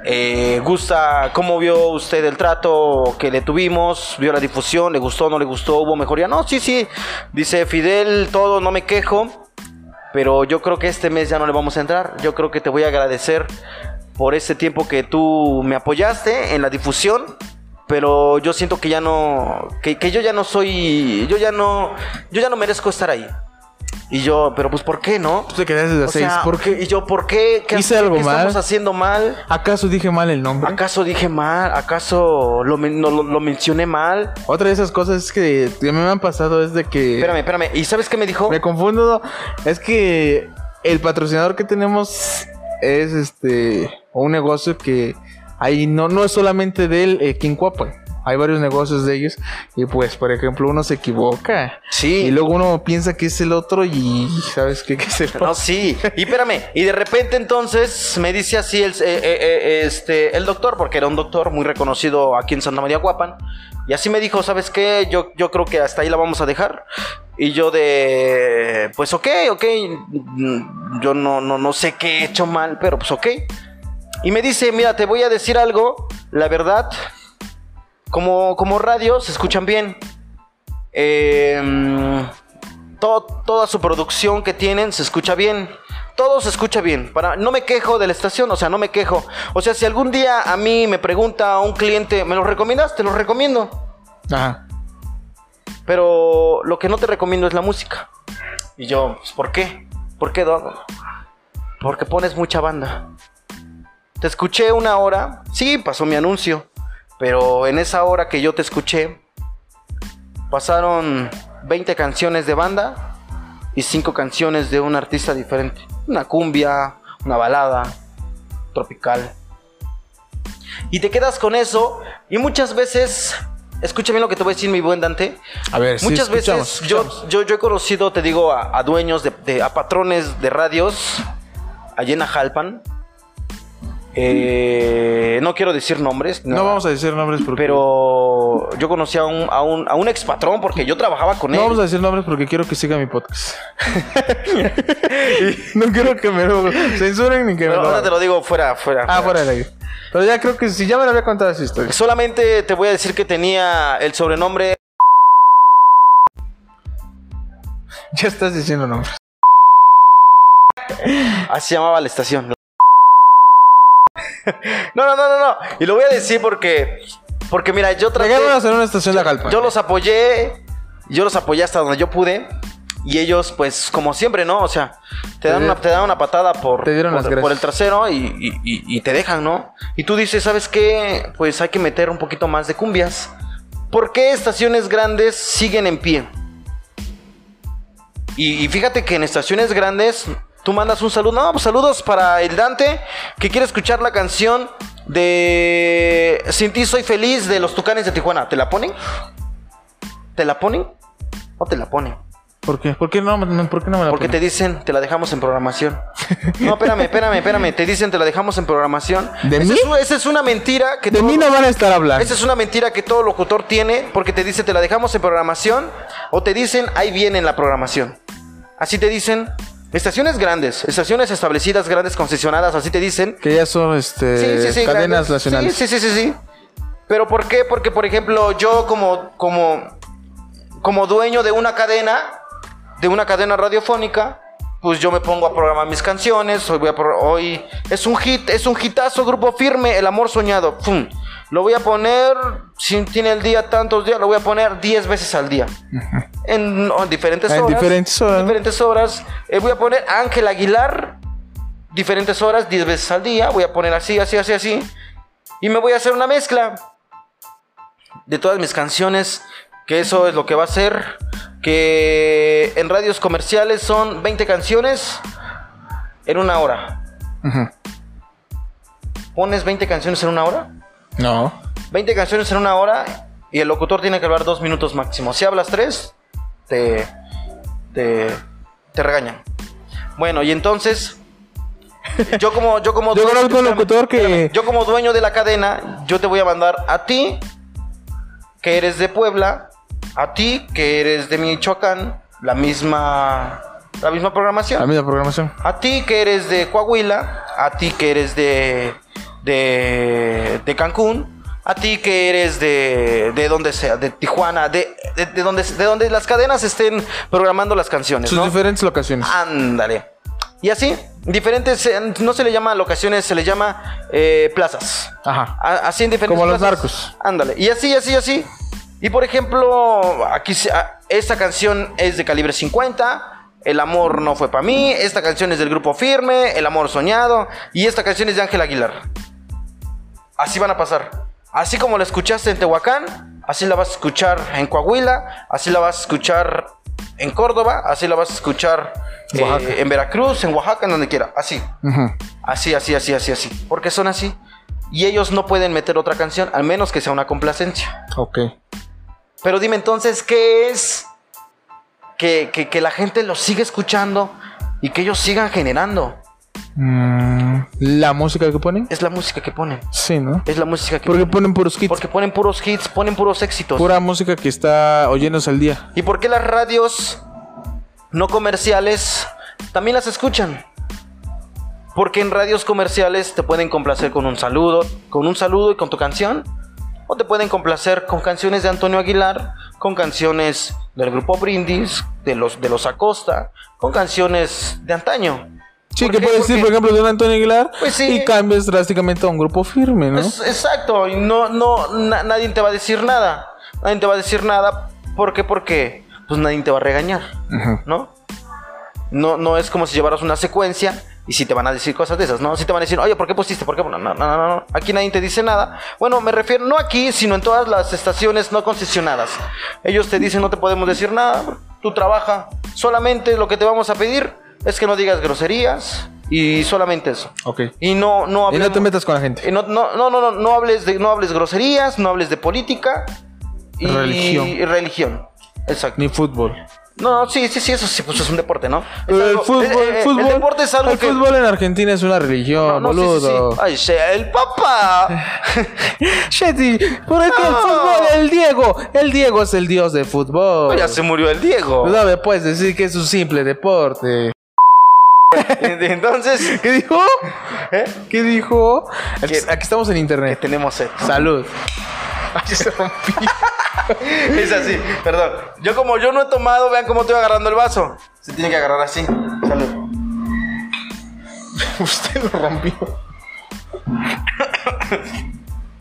Eh, ¿Gusta cómo vio usted el trato que le tuvimos? ¿Vio la difusión? ¿Le gustó? ¿No le gustó? ¿Hubo mejoría? No, sí, sí. Dice Fidel, todo, no me quejo. Pero yo creo que este mes ya no le vamos a entrar. Yo creo que te voy a agradecer por este tiempo que tú me apoyaste en la difusión. Pero yo siento que ya no. Que, que yo ya no soy. Yo ya no. Yo ya no merezco estar ahí. Y yo, pero pues ¿por qué no? Tú te quedaste de O seis. sea, ¿Por Y qué? yo, ¿por qué? ¿Qué, ¿Hice algo qué mal? estamos haciendo mal? ¿Acaso dije mal el nombre? ¿Acaso dije mal? ¿Acaso lo, men- no- lo- lo mencioné mal? Otra de esas cosas que, que me han pasado es de que Espérame, espérame. ¿Y sabes qué me dijo? me confundo. Es que el patrocinador que tenemos es este un negocio que hay no no es solamente del eh, Quincuapa. Hay varios negocios de ellos y pues por ejemplo uno se equivoca Sí. y luego uno piensa que es el otro y sabes qué que es el No, otro. sí. Y espérame. Y de repente entonces me dice así el, eh, eh, eh, este, el doctor, porque era un doctor muy reconocido aquí en Santa María Guapan. Y así me dijo, ¿sabes qué? Yo, yo creo que hasta ahí la vamos a dejar. Y yo de, pues ok, ok. mm, Yo no, no, no sé qué he hecho mal, pero pues ok. Y me dice, mira, te voy a decir algo. La verdad, como, como radio, se escuchan bien. Eh, to- toda su producción que tienen se escucha bien. Todo se escucha bien. Para, no me quejo de la estación, o sea, no me quejo. O sea, si algún día a mí me pregunta un cliente, ¿me lo recomiendas? Te lo recomiendo. Ajá. Pero lo que no te recomiendo es la música. Y yo, pues, ¿por qué? ¿Por qué, Doc? Porque pones mucha banda. Te escuché una hora. Sí, pasó mi anuncio. Pero en esa hora que yo te escuché, pasaron 20 canciones de banda y 5 canciones de un artista diferente. Una cumbia, una balada, tropical. Y te quedas con eso. Y muchas veces, escucha bien lo que te voy a decir, mi buen Dante. A ver, sí, muchas escuchamos, veces yo- escuchamos. Yo, yo he conocido, te digo, a, a dueños, de, de- a patrones de radios allá en Ajalpan. Eh, no quiero decir nombres. No nada. vamos a decir nombres porque. Pero yo conocí a un, a un, a un ex patrón porque yo trabajaba con él. No vamos a decir nombres porque quiero que siga mi podcast. no quiero que me lo censuren ni que Pero me lo. ahora te lo digo fuera, fuera. Ah, fuera del aire. Pero ya creo que si ya me lo había contado esa historia. Solamente te voy a decir que tenía el sobrenombre. Ya estás diciendo nombres. Así se llamaba la estación. No, no, no, no, no. Y lo voy a decir porque. Porque mira, yo traté. Llegámonos en una estación de Jalpa. Yo los apoyé, yo los apoyé hasta donde yo pude. Y ellos, pues, como siempre, ¿no? O sea, te dan di- una, te dan una patada por, te dieron por, las gracias. por el trasero y, y- y- y te dejan, ¿no? Y tú dices, ¿sabes qué? Pues hay que meter un poquito más de cumbias. ¿Por qué estaciones grandes siguen en pie? Y, y fíjate que en estaciones grandes tú mandas un saludo. No, pues, saludos para el Dante que quiere escuchar la canción de Sin ti soy feliz de los Tucanes de Tijuana. ¿Te la ponen? ¿Te la ponen? No te la ponen. ¿Por qué? ¿Por qué no, no- por qué Ah, pues no me la Porque te ponen? dicen, te la dejamos en programación. No, espérame, espérame, espérame. Te dicen, te la dejamos en programación. ¿De mí? Esa es u- esa es una mentira que De todo- mí no van a estar hablando. Esa es una mentira que todo locutor tiene porque te dice, te la dejamos en programación o te dicen, ahí viene en la programación. Así te dicen, estaciones grandes, estaciones establecidas, grandes concesionadas, así te dicen, Que ya son este, cadenas grandes. nacionales. Sí, sí, sí, sí, sí. Pero ¿por qué? Porque, por ejemplo, yo como, como, como dueño de una cadena, de una cadena radiofónica, pues yo me pongo a programar mis canciones. Hoy, voy a pro- hoy es un hit, es un hitazo, grupo firme, El amor soñado. Fum. Lo voy a poner, si tiene el día tantos días, lo voy a poner 10 veces al día. En, en diferentes En horas. diferentes horas, ¿no? diferentes horas. Eh, voy a poner Ángel Aguilar, diferentes horas, 10 veces al día. Voy a poner así, así, así, así. Y me voy a hacer una mezcla de todas mis canciones. Que eso es lo que va a ser. Que en radios comerciales son 20 canciones en una hora. Ujú. ¿Pones 20 canciones en una hora? No. 20 canciones en una hora y el locutor tiene que hablar dos minutos máximo. Si hablas tres, te, te, te regañan. Bueno, y entonces, yo como, yo como Yo conozco un espérame, locutor que- espérame, yo como dueño de la cadena, yo te voy a mandar a ti, que eres de Puebla, a ti, que eres de Michoacán, la misma, la misma programación. La misma programación. A ti que eres de Coahuila, a ti que eres de, de, de Cancún, a ti que eres de, de donde sea, de Tijuana, de, de, de donde, de donde las cadenas estén programando las canciones, Sus ¿no? diferentes locaciones. Ándale. Y así, diferentes, eh, no se le llama locaciones, se le llama eh, plazas. Ajá. A- Así en diferentes Como los plazas. narcos. Ándale. Y así, así, así. Y por ejemplo, aquí se- a- esta canción es de calibre 50. El amor no fue para mí. Esta canción es del grupo Firme. El amor soñado. Y esta canción es de Ángel Aguilar. Así van a pasar. Así como la escuchaste en Tehuacán, así la vas a escuchar en Coahuila, así la vas a escuchar en Córdoba, así la vas a escuchar eh, Oaxaca. en Veracruz, en Oaxaca, en donde quiera. Así. Ujú. Así, así, así, así, así. Porque son así. Y ellos no pueden meter otra canción, al menos que sea una complacencia. Ok. Pero dime entonces, ¿qué es que, que- que la gente los sigue escuchando y que ellos sigan generando? Mm, ¿La música que ponen? Es la música que ponen. Sí, ¿no? Es la música que Porque ponen. ponen puros hits. Porque ponen puros hits, ponen puros éxitos. Pura música que está oyéndose al día. ¿Y por qué las radios no comerciales también las escuchan? Porque en radios comerciales te pueden complacer con un saludo, con un saludo y con tu canción. O te pueden complacer con canciones de Antonio Aguilar, con canciones del grupo Brindis, de los, de los Acosta, con canciones de antaño. Sí, ¿Por que qué? puedes decir, Porque- por ejemplo, de un Antonio Aguilar Pues sí. Pues y cambias drásticamente a un grupo firme, ¿no? Es- exacto, y no, no, na- nadie te va a decir nada. Nadie te va a decir nada ¿Por qué? Porque pues nadie te va a regañar, ¿no? No, no es como si llevaras una secuencia y si te van a decir cosas de esas, ¿no? Si te van a decir, oye, ¿por qué pusiste? ¿Por qué? No, no, no, no, no. Aquí nadie te dice nada. Bueno, me refiero, no aquí, sino en todas las estaciones no concesionadas. Ellos te dicen, no te podemos decir nada, tú trabaja. Solamente lo que te vamos a pedir es que no digas groserías y solamente eso. Ok. Y no, no Y no te hablemos- metas con la gente. eh, No, no, no, no, no, no hables de, no hables groserías, no hables de política y Religión. y religión. Exacto. Ni fútbol. No, no, sí, sí, sí, eso sí, pues es un deporte, ¿no? Es El algo- fútbol, eh, eh, el fútbol, el deporte es algo el que. fútbol en Argentina es una religión, No, no, sí, sí, sí. boludo. Ay, se- el papá. Shetty, por eso el No. fútbol, el Diego, el Diego es el dios del fútbol. ya se murió el Diego. No me puedes decir que es un simple deporte. Entonces, ¿Qué dijo? ¿eh? ¿Qué dijo? Aquí, Que- aquí estamos en que internet. eh, tenemos sed. Salud. Ay, se rompió. Es así, perdón. Yo como yo no he tomado, vean cómo estoy agarrando el vaso. Se tiene que agarrar así. Salud. Usted lo rompió.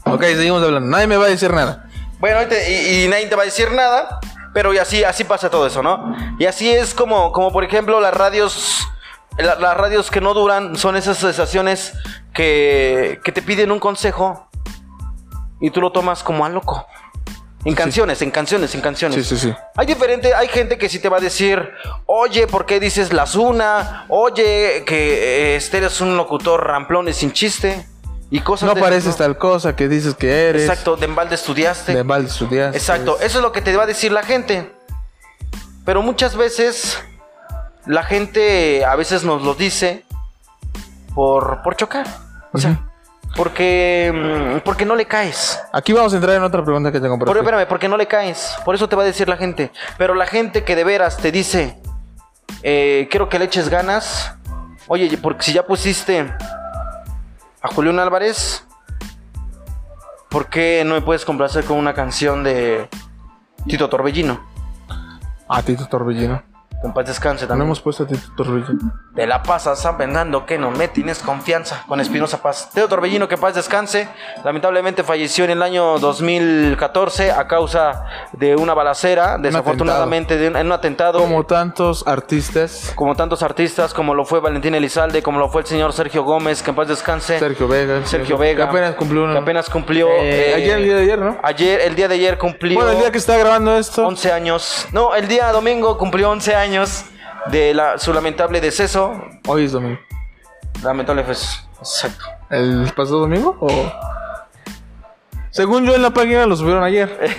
ok, seguimos hablando. Nadie me va a decir nada. Bueno, ahorita- y, y nadie te va a decir nada, pero y así, así pasa todo eso, ¿no? Y así es como, como por ejemplo, las radios. la- las radios que no duran son esas sensaciones que, que te piden un consejo y tú lo tomas como a loco. En canciones, en canciones, en canciones. Sí, sí, sí. Hay diferente, hay gente que sí te va a decir, oye, ¿por qué dices las una? Oye, que eh, este eres un locutor ramplón y sin chiste. Y cosas No de- pareces tal cosa que dices que eres. Exacto, de embalde estudiaste. De mal estudiaste. Exacto, eso es lo que te va a decir la gente. Pero muchas veces la gente a veces nos lo dice por, por chocar. O sea, porque, mm, porque no le caes. Aquí vamos a entrar en otra pregunta que tengo para Por, ti. espérame, porque no le caes. Por eso te va a decir la gente. Pero la gente que de veras te dice, eh, quiero que le eches ganas. Oye, porque si ya pusiste a Julián Álvarez, ¿por qué no me puedes complacer con una canción de Tito Torbellino? A Tito Torbellino. En paz descanse No también. hemos puesto a Tito Torbellino. Te la pasas pensando que no me tienes confianza con Espinosa Paz. Teo Torbellino, que paz descanse. Lamentablemente falleció en el año 2014 a causa de una balacera, desafortunadamente de un- en un atentado. Como tantos artistas. Como tantos artistas, como lo fue Valentín Elizalde, como lo fue el señor Sergio Gómez, que en paz descanse. Sergio Vega. Sergio Vega. Que apenas cumplió. uno. Que apenas cumplió, Eh, eh, ayer, el día de ayer, ¿no? Ayer, el día de ayer cumplió. Bueno, el día que está grabando esto. 11 años. No, el día domingo cumplió 11 años de la- su lamentable deceso. Hoy es domingo. Lamentable pues, Exacto. ¿El pasado domingo? O... Según yo en la página lo subieron ayer.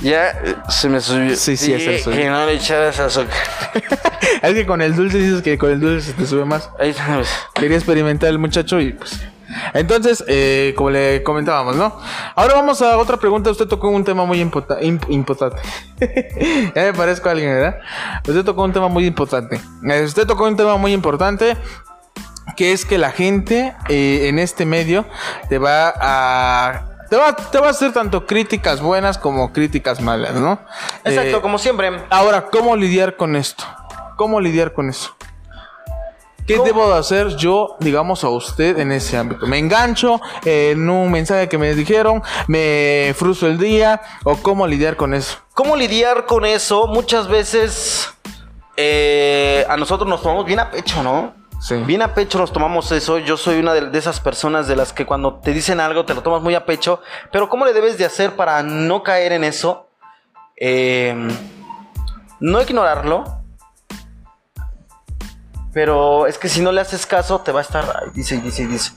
Ya eh, se me subió. Sí, sí, es el Dije suyo. Que no le echaras azúcar. es que con el dulce dices que con el dulce se te sube más. Ahí está. pues. Quería experimentar el muchacho y pues. Entonces, eh, como le comentábamos, ¿no? Ahora vamos a otra pregunta. Usted tocó un tema muy impota- imp- importante. ya me parezco a alguien, ¿verdad? Usted tocó un tema muy importante. Eh, Usted tocó un tema muy importante. que es que la gente eh, en este medio te va a te va, te va a hacer tanto críticas buenas como críticas malas, ¿no? Exacto, Eh, como siempre. Ahora, ¿cómo lidiar con esto? ¿Cómo lidiar con eso? ¿Qué ¿Cómo? debo de hacer yo, digamos, a usted en ese ámbito? ¿Me engancho en un mensaje que me dijeron? ¿Me frustro el día? ¿O cómo lidiar con eso? ¿Cómo lidiar con eso? Muchas veces eh, a nosotros nos tomamos bien a pecho, ¿no? Sí. Bien a pecho nos tomamos eso. Yo soy una de, de esas personas de las que cuando te dicen algo te lo tomas muy a pecho. Pero ¿cómo le debes de hacer para no caer en eso? Eh, no ignorarlo. Pero es que si no le haces caso te va a estar... ay, Dice, dice, dice.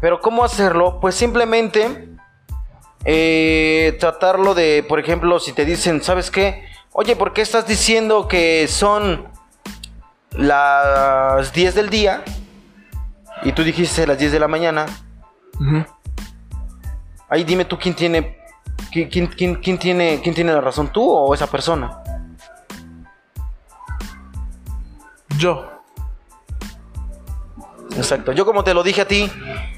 Pero ¿cómo hacerlo? Pues simplemente eh, tratarlo de, por ejemplo, si te dicen, ¿sabes qué? Oye, ¿por qué estás diciendo que son las 10 del día? Y tú dijiste las 10 de la mañana. Ujú. Ahí dime tú quién tiene, qui- quién, quién- quién tiene, quién tiene la razón, tú o esa persona. Yo. Exacto. Yo como te lo dije a ti,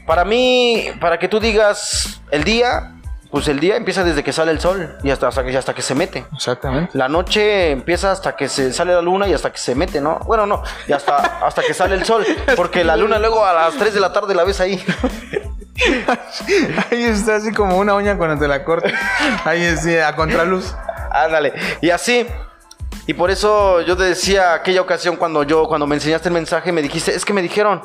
para mí, para que tú digas el día, pues el día empieza desde que sale el sol y hasta, hasta, que- hasta que se mete. Exactamente. La noche empieza hasta que se sale la luna y hasta que se mete, ¿no? Bueno, no, y hasta, hasta que sale el sol, porque la luna luego a las 3 de la tarde la ves ahí. Ahí está así como una uña cuando te la cortas. Ahí sí, a contraluz. Ándale. Y así. Y por eso yo te decía aquella ocasión cuando yo, cuando me enseñaste el mensaje, me dijiste, es que me dijeron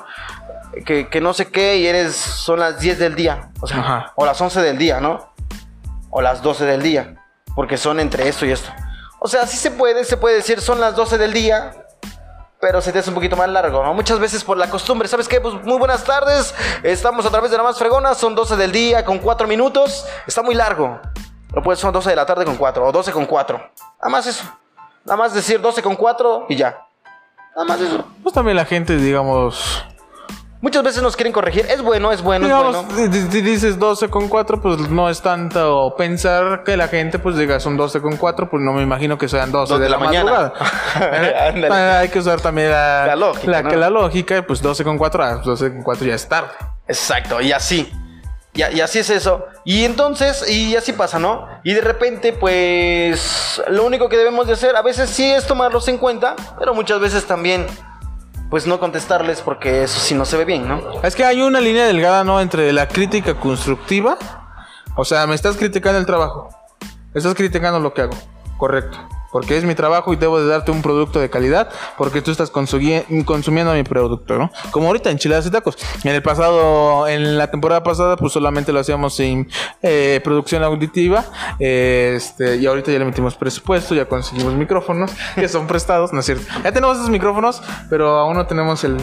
que, que no sé qué y eres, son las 10 del día. O sea, Ajá. o las 11 del día, ¿no? O las 12 del día. Porque son entre esto y esto. O sea, sí se puede, se puede decir, son las 12 del día. Pero se te hace un poquito más largo, ¿no? Muchas veces por la costumbre, ¿sabes qué? Pues muy buenas tardes, estamos a través de la más fregona, son 12 del día con 4 minutos, está muy largo. Lo puedes son 12 de la tarde con 4 o 12 con 4. Nada más eso. Nada más decir 12 con 4 y ya. Nada más eso. Pues también la gente, digamos. Muchas veces nos quieren corregir, es bueno, es bueno, es digamos, bueno. si si dices 12 con 4, pues no es tanto pensar que la gente, pues diga son 12 con 4, pues no me imagino que sean 12 Dos de, la, mañana. Ándale. Hay que usar también la, La lógica, la- ¿no? que la lógica, pues 12 con 4, ah, pues, 12 con 4 ya es tarde. Exacto, y así. Y, a- y así es eso. Y entonces, y así pasa, ¿no? Y de repente, pues, lo único que debemos de hacer a veces sí es tomarlos en cuenta, pero muchas veces también, pues, no contestarles porque eso sí no se ve bien, ¿no? Es que hay una línea delgada, ¿no? Entre la crítica constructiva. O sea, me estás criticando el trabajo. Estás criticando lo que hago. Correcto. Porque es mi trabajo y debo de darte un producto de calidad porque tú estás consugui- consumiendo mi producto, ¿no? Como ahorita enchiladas y tacos. En el pasado, en la temporada pasada, pues solamente lo hacíamos sin eh, producción auditiva. eh, este, y ahorita ya le metimos presupuesto, ya conseguimos micrófonos que son prestados, ¿no es cierto? Ya tenemos esos micrófonos, pero aún no tenemos el,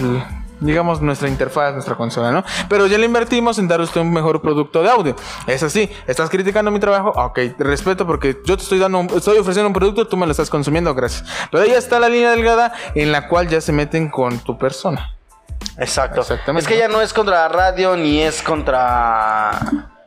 digamos, nuestra interfaz, nuestra consola, ¿no? Pero ya le invertimos en dar usted un mejor producto de audio. Es así, estás criticando mi trabajo, ok, te respeto porque yo te estoy dando, un- estoy ofreciendo un producto, tú me lo estás consumiendo, gracias. Pero ahí está la línea delgada en la cual ya se meten con tu persona. Exacto. Exactamente, Es que ¿no? ya no es contra la radio ni es contra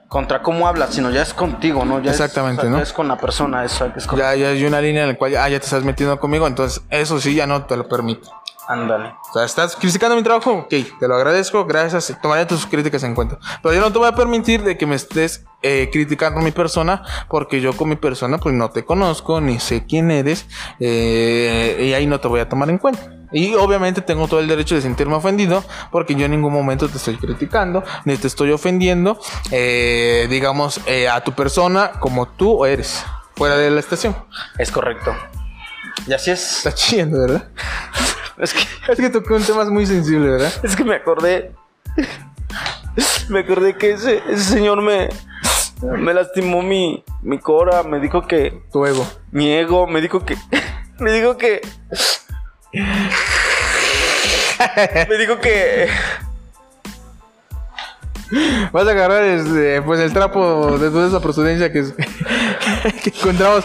contra cómo hablas, sino ya es contigo, ¿no? Ya es- Exactamente, o sea, ¿no? ya es con la persona, eso es con... Ya, ya hay una línea en la cual, ah, ya te estás metiendo conmigo, entonces eso sí ya no te lo permito. Ándale. O sea, estás criticando mi trabajo, ok, te lo agradezco, gracias, tomaré tus críticas en cuenta. Pero yo no te voy a permitir de que me estés eh, criticando mi persona, porque yo con mi persona pues no te conozco, ni sé quién eres, eh, y ahí no te voy a tomar en cuenta. Y obviamente tengo todo el derecho de sentirme ofendido, porque yo en ningún momento te estoy criticando, ni te estoy ofendiendo, eh, digamos, eh, a tu persona como tú eres, fuera de la estación. Es correcto. Y así es. Está chido, ¿verdad? Es que Es que toqué un tema muy sensible, ¿verdad? Es que me acordé. Me acordé que ese, ese señor me, me lastimó mi, mi cora. Me dijo que. Tu ego. Mi ego. Me dijo que. Me dijo que. Me dijo que. Vas a agarrar este, pues el trapo de toda esa procedencia que, es- que encontramos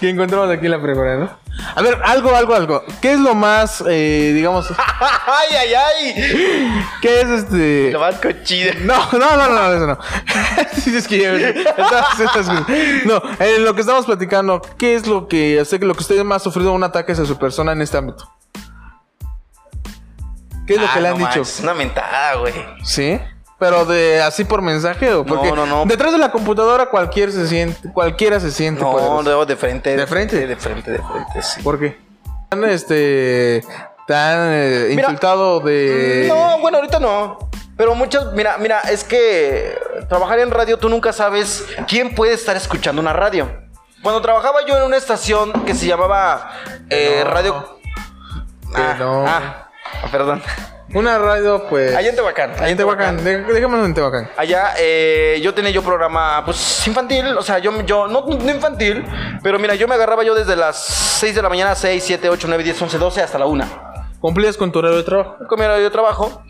que encontramos aquí en la fregona, ¿no? A ver, algo, algo, algo. ¿Qué es lo más, eh, digamos, ¡Ay, ay, ay! qué es este? Lo más cochida. No, no, no, no, eso no. Sí, es que ya- estas- estas cosas. No, en lo que estamos platicando, ¿qué es lo que, sé que lo que usted más ha sufrido un ataque hacia su persona en este ámbito? ¿Qué es Ah, lo que le han dicho? una mentada, güey. ¿Sí? Pero de así por mensaje o porque no, no. detrás de la computadora cualquier se siente, cualquiera se siente No, poderoso. no, de frente. ¿De frente? De frente, de frente, sí. ¿Por qué? Tan este tan eh, Mira. insultado de No, bueno, ahorita no. Pero muchas, mira, mira, es que trabajar en radio tú nunca sabes quién puede estar escuchando una radio. Cuando trabajaba yo en una estación que se llamaba eh, Radio. Que no. ah, perdón. una radio pues Allá en Tehuacán. allá Allá en Tehuacán, dej- dejémonos en Tehuacán. Allá eh, yo tenía yo programa pues infantil, o sea, yo, yo no, no infantil, pero mira, yo me agarraba yo desde las 6 de la mañana, 6, 7, 8, 9, 10, 11, 12 hasta la 1. Cumplías con tu horario de trabajo. Con mi horario de trabajo,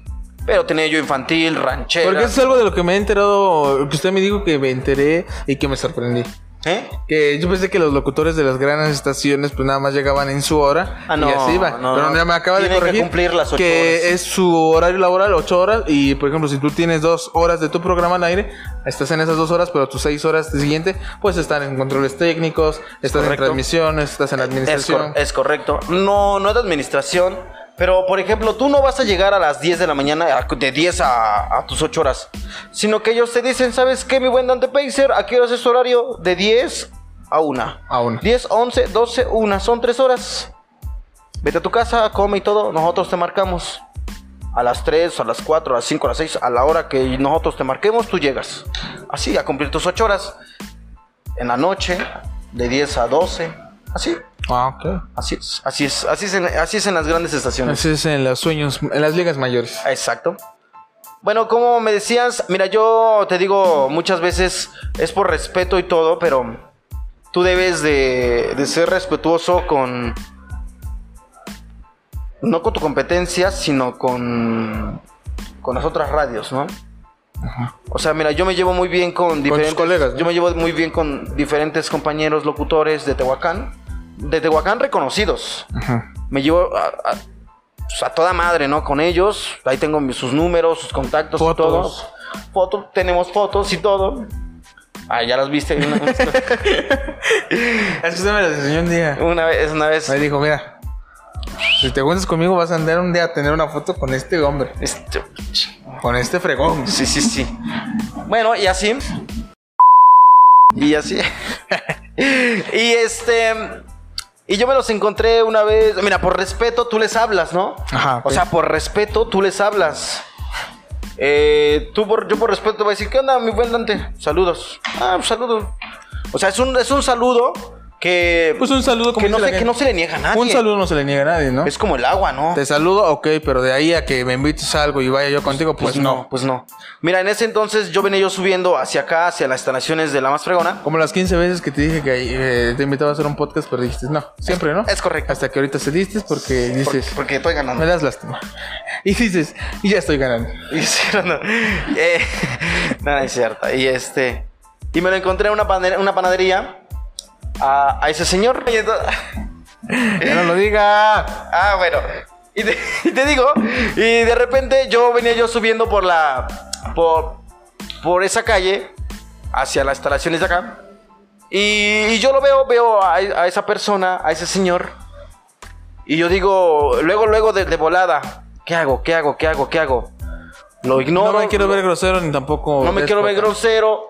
pero tenía yo infantil, ranchera. Porque eso es algo de lo que me he enterado, que usted me dijo que me enteré y que me sorprendí. ¿Eh? Que yo pensé que los locutores de las grandes estaciones pues nada más llegaban en su hora Ah, no, y así iban. no, Pero no. ya me acaba de Tienen que corregir cumplir las ocho que horas. es su horario laboral, ocho horas. Y por ejemplo, si tú tienes dos horas de tu programa al aire, estás en esas dos horas, pero tus seis horas de siguiente, pues están en controles técnicos, estás en Correcto. transmisiones, estás en Es, administración. cor- es correcto. No, no es de administración. Pero, por ejemplo, tú no vas a llegar a las 10 de la mañana, a- de 10 a, a tus 8 horas. Sino que ellos te dicen, ¿sabes qué, mi buen Dante Pacer? ¿A qué horas es tu horario? De 10 a 1. A una. 10, 11, 12, 1. Son 3 horas. Vete a tu casa, come y todo. Nosotros te marcamos. A las 3, a las 4, a las 5, a las 6, a la hora que nosotros te marquemos, tú llegas. Así, a cumplir tus 8 horas. En la noche, de 10 a 12. Así, Ah, ok. así es. Así es, así es en, así es en las grandes estaciones. Así es en los sueños, en las ligas mayores. Exacto. Bueno, como me decías, mira, yo te digo muchas veces es por respeto y todo, pero tú debes de, de ser respetuoso con... No con tu competencia, sino con, con las otras radios, ¿no? O sea, mira, yo me llevo muy bien con diferentes colegas, ¿no? Yo me llevo muy bien con diferentes compañeros locutores de Tehuacán, de Tehuacán reconocidos. Me llevo a, a- pues, a toda madre, ¿no? Con ellos. Ahí tengo mis- sus números, sus contactos Fotos. y todo. Fotos, tenemos fotos y todo. Ah, ya las viste una, Es que usted me lo enseñó un día. una vez, una vez. Me dijo, mira, si te juntas conmigo vas a andar un día a tener una foto con este hombre, Este, con este fregón. sí, sí, sí. Bueno, y así. Y así. y este. Y yo me los encontré una vez. Mira, por respeto tú les hablas, ¿no? Ajá, Ah, ok. O sea, por respeto tú les hablas. Eh, tú por, yo por respeto te voy a decir, ¿qué onda, mi buen Dante? Saludos. Ah, pues, saludos. O sea, es un, es un saludo que. Pues un saludo como que, no dice la se, que gente. no se le niega a nadie. Un saludo no se le niega a nadie, ¿no? Es como el agua, ¿no? Te saludo, ok, pero de ahí a que me invites a algo y vaya yo contigo, pues, no. Pues no. Mira, en ese entonces yo venía yo subiendo hacia acá, hacia las instalaciones de la más fregona. Como las 15 veces que te dije que eh, te invitaba a hacer un podcast, pero dijiste, no, siempre, ¿no? Es correcto. Hasta que ahorita cediste porque Porque, dices, porque estoy ganando. me das lástima. Y dices, y ya estoy ganando. Y sí, no, no. Eh, no, no es cierto. Y este. Y me lo encontré en una, panader- una panadería a, a ese señor. Y entonces- Ya no lo diga. ah, bueno. Y te, y te digo, y de repente yo venía yo subiendo por la. por, por esa calle hacia las instalaciones de acá. Y, y yo lo veo, veo a, a esa persona, a ese señor. Y yo digo, luego, luego de, de volada, ¿qué hago? ¿Qué hago? ¿Qué hago? ¿Qué hago? Lo No, ignoro. me quiero lo- ver grosero ni tampoco. no me quiero ver déspota. grosero,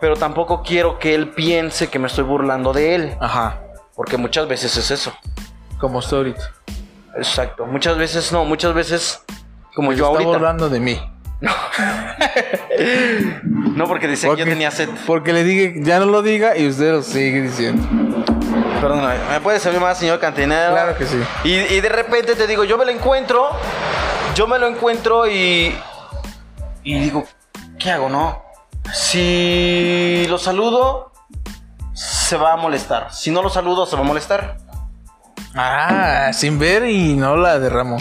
pero tampoco quiero que él piense que me estoy burlando de él. Ajá, Porque muchas veces es eso. como estoy ahorita. Exacto. Muchas veces no, muchas veces como yo Está ahorita. burlando de mí. No, porque decía que Porque- yo tenía sed. Porque le dije, ya no lo diga y usted lo sigue diciendo. Perdóname, ¿me puede servir más, señor cantinero? Claro que sí. Y, y de repente te digo, yo me lo encuentro, yo me lo encuentro y. Y digo, ¿qué hago, no? Si lo saludo, se va a molestar. Si no lo saludo, se va a molestar. Ah, sin ver y no la derramo.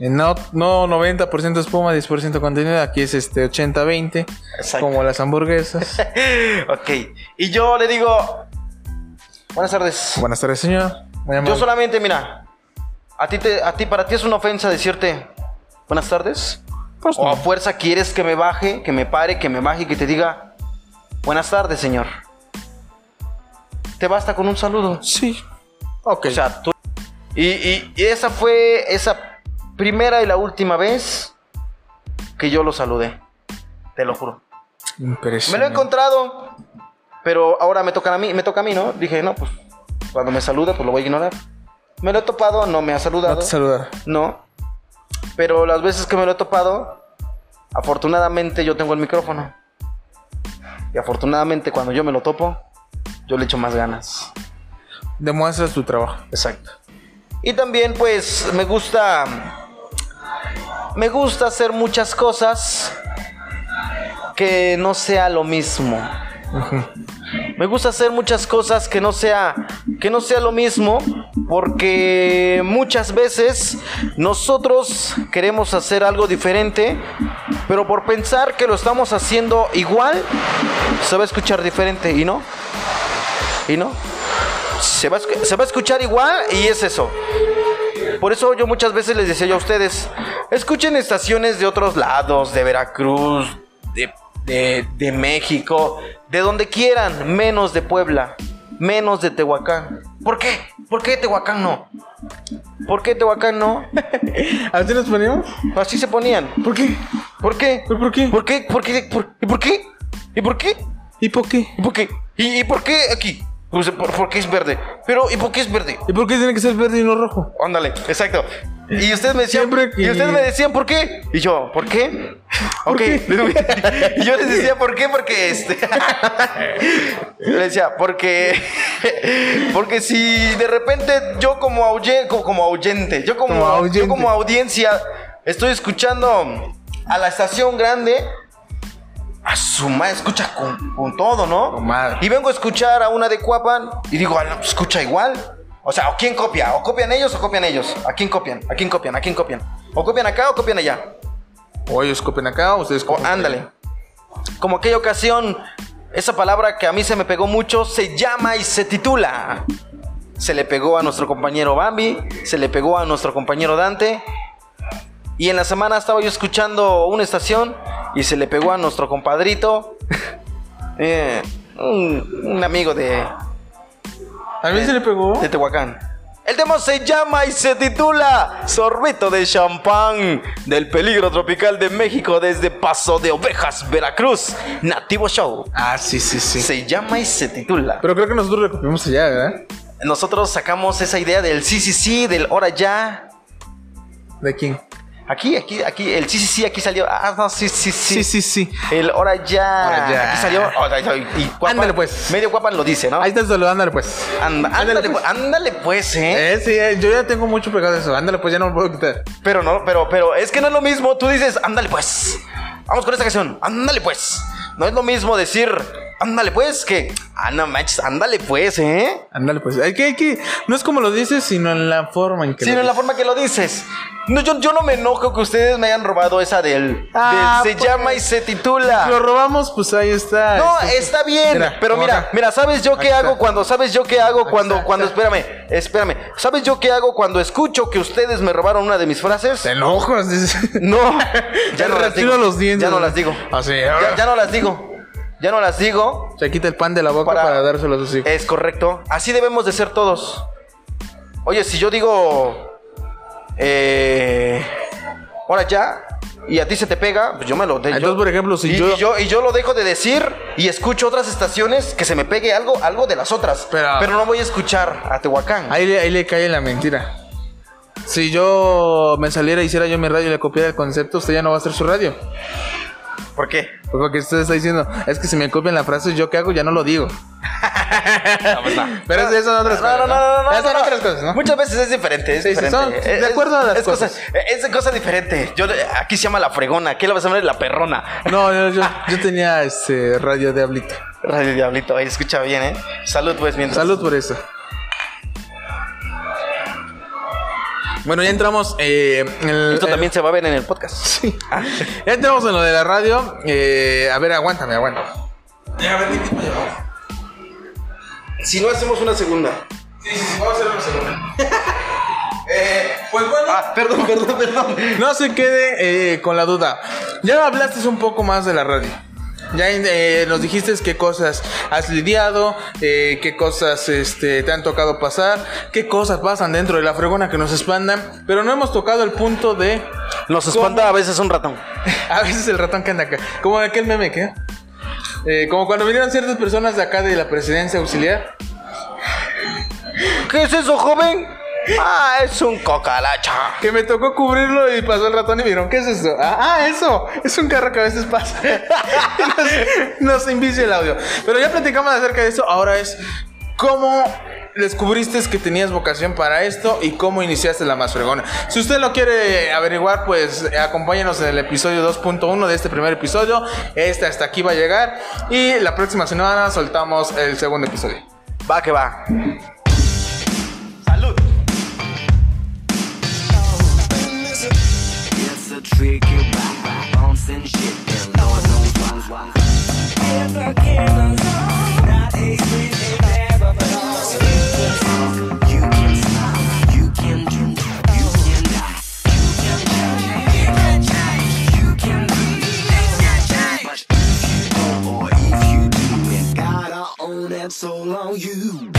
Eh, No, no 90% espuma, 10% contenido. Aquí es este 80-20. Exacto. Como las hamburguesas. Ok. Y yo le digo. Buenas tardes. Buenas tardes, señor. Muy amable. Yo solamente, mira. A ti, te, a ti, para ti es una ofensa decirte. Buenas tardes. Pues o no. a fuerza quieres que me baje, que me pare, que me baje y que te diga. Buenas tardes, señor. Te basta con un saludo. Sí. Ok. O sea, tú. Y, y- y esa fue esa primera y la última vez que yo lo saludé. Te lo juro. Me lo he Impresionante. encontrado, pero ahora me toca a mí, me toca a mí, ¿no? Dije, no, pues cuando me saluda, pues lo voy a ignorar. Me lo he topado, no me ha No saludado. te saludar. No. Pero las veces que me lo he topado, afortunadamente yo tengo el micrófono. Y afortunadamente cuando yo me lo topo, yo le echo más ganas. Demuestras tu trabajo. Exacto. Y también pues me gusta me gusta hacer muchas cosas que no sea lo mismo. Me gusta hacer muchas cosas que no sea que no sea lo mismo porque muchas veces nosotros queremos hacer algo diferente, pero por pensar que lo estamos haciendo igual se va a escuchar diferente y no. Y no se va, a escu- se va a escuchar igual y es eso. Por eso yo muchas veces les decía yo a ustedes, escuchen estaciones de otros lados, de Veracruz, de, de- de México, de donde quieran, menos de Puebla, menos de Tehuacán. ¿Por qué? ¿Por qué Tehuacán no? ¿Por qué Tehuacán no? ¿Así nos ponemos? Así se ponían. ¿Por qué? ¿Por qué? ¿Pero por qué? ¿Por qué? ¿Por qué? ¿Por, ¿Y por qué? ¿Y por qué? ¿Y por qué? ¿Y por qué? ¿Y, y por qué aquí? Pues, ¿por, por qué es verde? Pero, ¿y por qué es verde? ¿Y por qué tiene que ser verde y no rojo? Ándale, exacto. Y ustedes me decían, Eh, Siempre que- y ustedes me decían, ¿por qué? Y yo, ¿por qué? ¿Por ok. y yo les decía, ¿por qué? Porque este. Le decía, porque. Porque si de repente yo como, auye- co- como ahuyente, yo como, Como ahuyente. yo como audiencia estoy escuchando a la estación grande. A su madre, escucha con, con todo, ¿no? Con madre. Y vengo a escuchar a una de Cuapan y digo, "Ah, no, pues, escucha igual. O sea, ¿o quién copia? ¿O copian ellos o copian ellos? ¿A quién copian? ¿A quién copian? ¿A quién copian? ¿O copian acá o copian allá? O ellos copen acá, o ustedes O copen ándale. Como aquella ocasión, esa palabra que a mí se me pegó mucho se llama y se titula. Se le pegó a nuestro compañero Bambi, se le pegó a nuestro compañero Dante. Y en la semana estaba yo escuchando una estación y se le pegó a nuestro compadrito. eh, un, un amigo de, ¿A mí se eh, le pegó? de Tehuacán. El tema se llama y se titula Sorbito de champán del peligro tropical de México desde Paso de Ovejas, Veracruz. Nativo Show. Ah, sí, sí, sí. Se llama y se titula. Pero creo que nosotros le copiamos allá, ¿verdad? Nosotros sacamos esa idea del sí, sí, sí, del ahora ya. ¿De quién? Aquí, aquí, aquí, el sí, sí, sí, aquí salió. Ah, no, sí, sí, sí. Sí, sí, sí. El ahora ya. Ahora ya. Aquí salió. ahora ya, y- y Cuapan- Ándale, pues. Medio guapan lo dice, ¿no? Ahí está solo, ándale pues. Anda- ándale, Ándale, pues. pues. ándale pues, ¿eh? Eh, sí, eh, yo ya tengo mucho pegado de eso. Ándale pues, ya no me puedo quitar. Pero no, pero, pero es que no es lo mismo. Tú dices, ándale pues. Vamos con esta canción. Ándale pues. No es lo mismo decir, ándale pues, que, ah, no manches, ándale pues, ¿eh? Ándale pues. Hay que, hay que. No es como lo dices, sino en la forma en que. Sino en la forma que lo dices. No, yo, yo no me enojo que ustedes me hayan robado esa del, Ah, del se pues. llama y se titula. Si lo robamos, pues ahí está. No, Este- está bien, Mira, pero como mira, acá. mira, ¿sabes yo qué Aquí hago está. cuando sabes yo qué hago cuando está, cuando está. espérame, espérame. ¿Sabes yo qué hago cuando escucho que ustedes me robaron una de mis frases? Te enojas. dices. No, ya Te no las retiro digo. los dientes. Ah, Ya no las digo. Así. Ya, ya no las digo. Ya no las digo. Se quita el pan de la boca Para- para, Eh, dárselo a sus hijos. Es correcto. Así debemos de ser todos. Oye, si yo digo. Eh. Ahora ya. Y a ti se te pega, pues yo me lo dejo. Entonces, por ejemplo, si y, yo- Y yo, y yo lo dejo de decir y escucho otras estaciones que se me pegue algo, algo de las otras. Pero- no voy a escuchar a Tehuacán. Ahí, le- ahí le cae la mentira. Si yo me saliera, hiciera yo mi radio y le copiara el concepto, usted ya no va a hacer su radio. ¿Por qué? Pues porque usted está diciendo, es que si me copian la frase, yo qué hago, ya no lo digo. Pero eso son otras cosas. Ah, pues No, no, no, no, no, Esas son no, no. otras cosas, ¿no? Muchas veces es diferente, es Sí, sí, diferente. Eh, son- de Es- acuerdo a las es cosa- eh, cosas. es cosa diferente. Yo, le- aquí se llama la fregona, aquí la vas a llamar la perrona. No, yo, yo, yo tenía este radio de hablita. Radio Diablito, ahí escucha bien, ¿eh? Salud, pues, mientras. Salud por eso. Bueno, ya entramos eh, en el- Esto en- también se va a ver en el podcast. Sí. Ya entramos en lo de la radio. Eh, a ver, aguántame, aguántame. Si no hacemos una segunda. Pues bueno. Ah, perdón, perdón, perdón. No se quede eh, con la duda. Ya hablaste un poco más de la radio. Ya eh, nos dijiste qué cosas has lidiado, eh, qué cosas este, te han tocado pasar, qué cosas pasan dentro de la fregona que nos espantan, pero no hemos tocado el punto de... Nos espanta a veces un ratón. A veces el ratón que anda acá, como aquel meme que... eh, como cuando vinieron ciertas personas de acá de la presidencia auxiliar. ¿Qué es eso, joven? Ah, es un cocalacha. Que me tocó cubrirlo y pasó el ratón y vieron, ¿qué es esto? Ah, ah, eso, es un carro que a veces pasa. nos, nos envicia el audio. Pero ya platicamos acerca de eso, ahora es cómo descubriste que tenías vocación para esto y cómo iniciaste la más fregona. Si usted lo quiere averiguar, pues eh, acompáñenos en el episodio 2.1 de este primer episodio. Este hasta aquí va a llegar y la próxima semana soltamos el segundo episodio. Va que va. So long you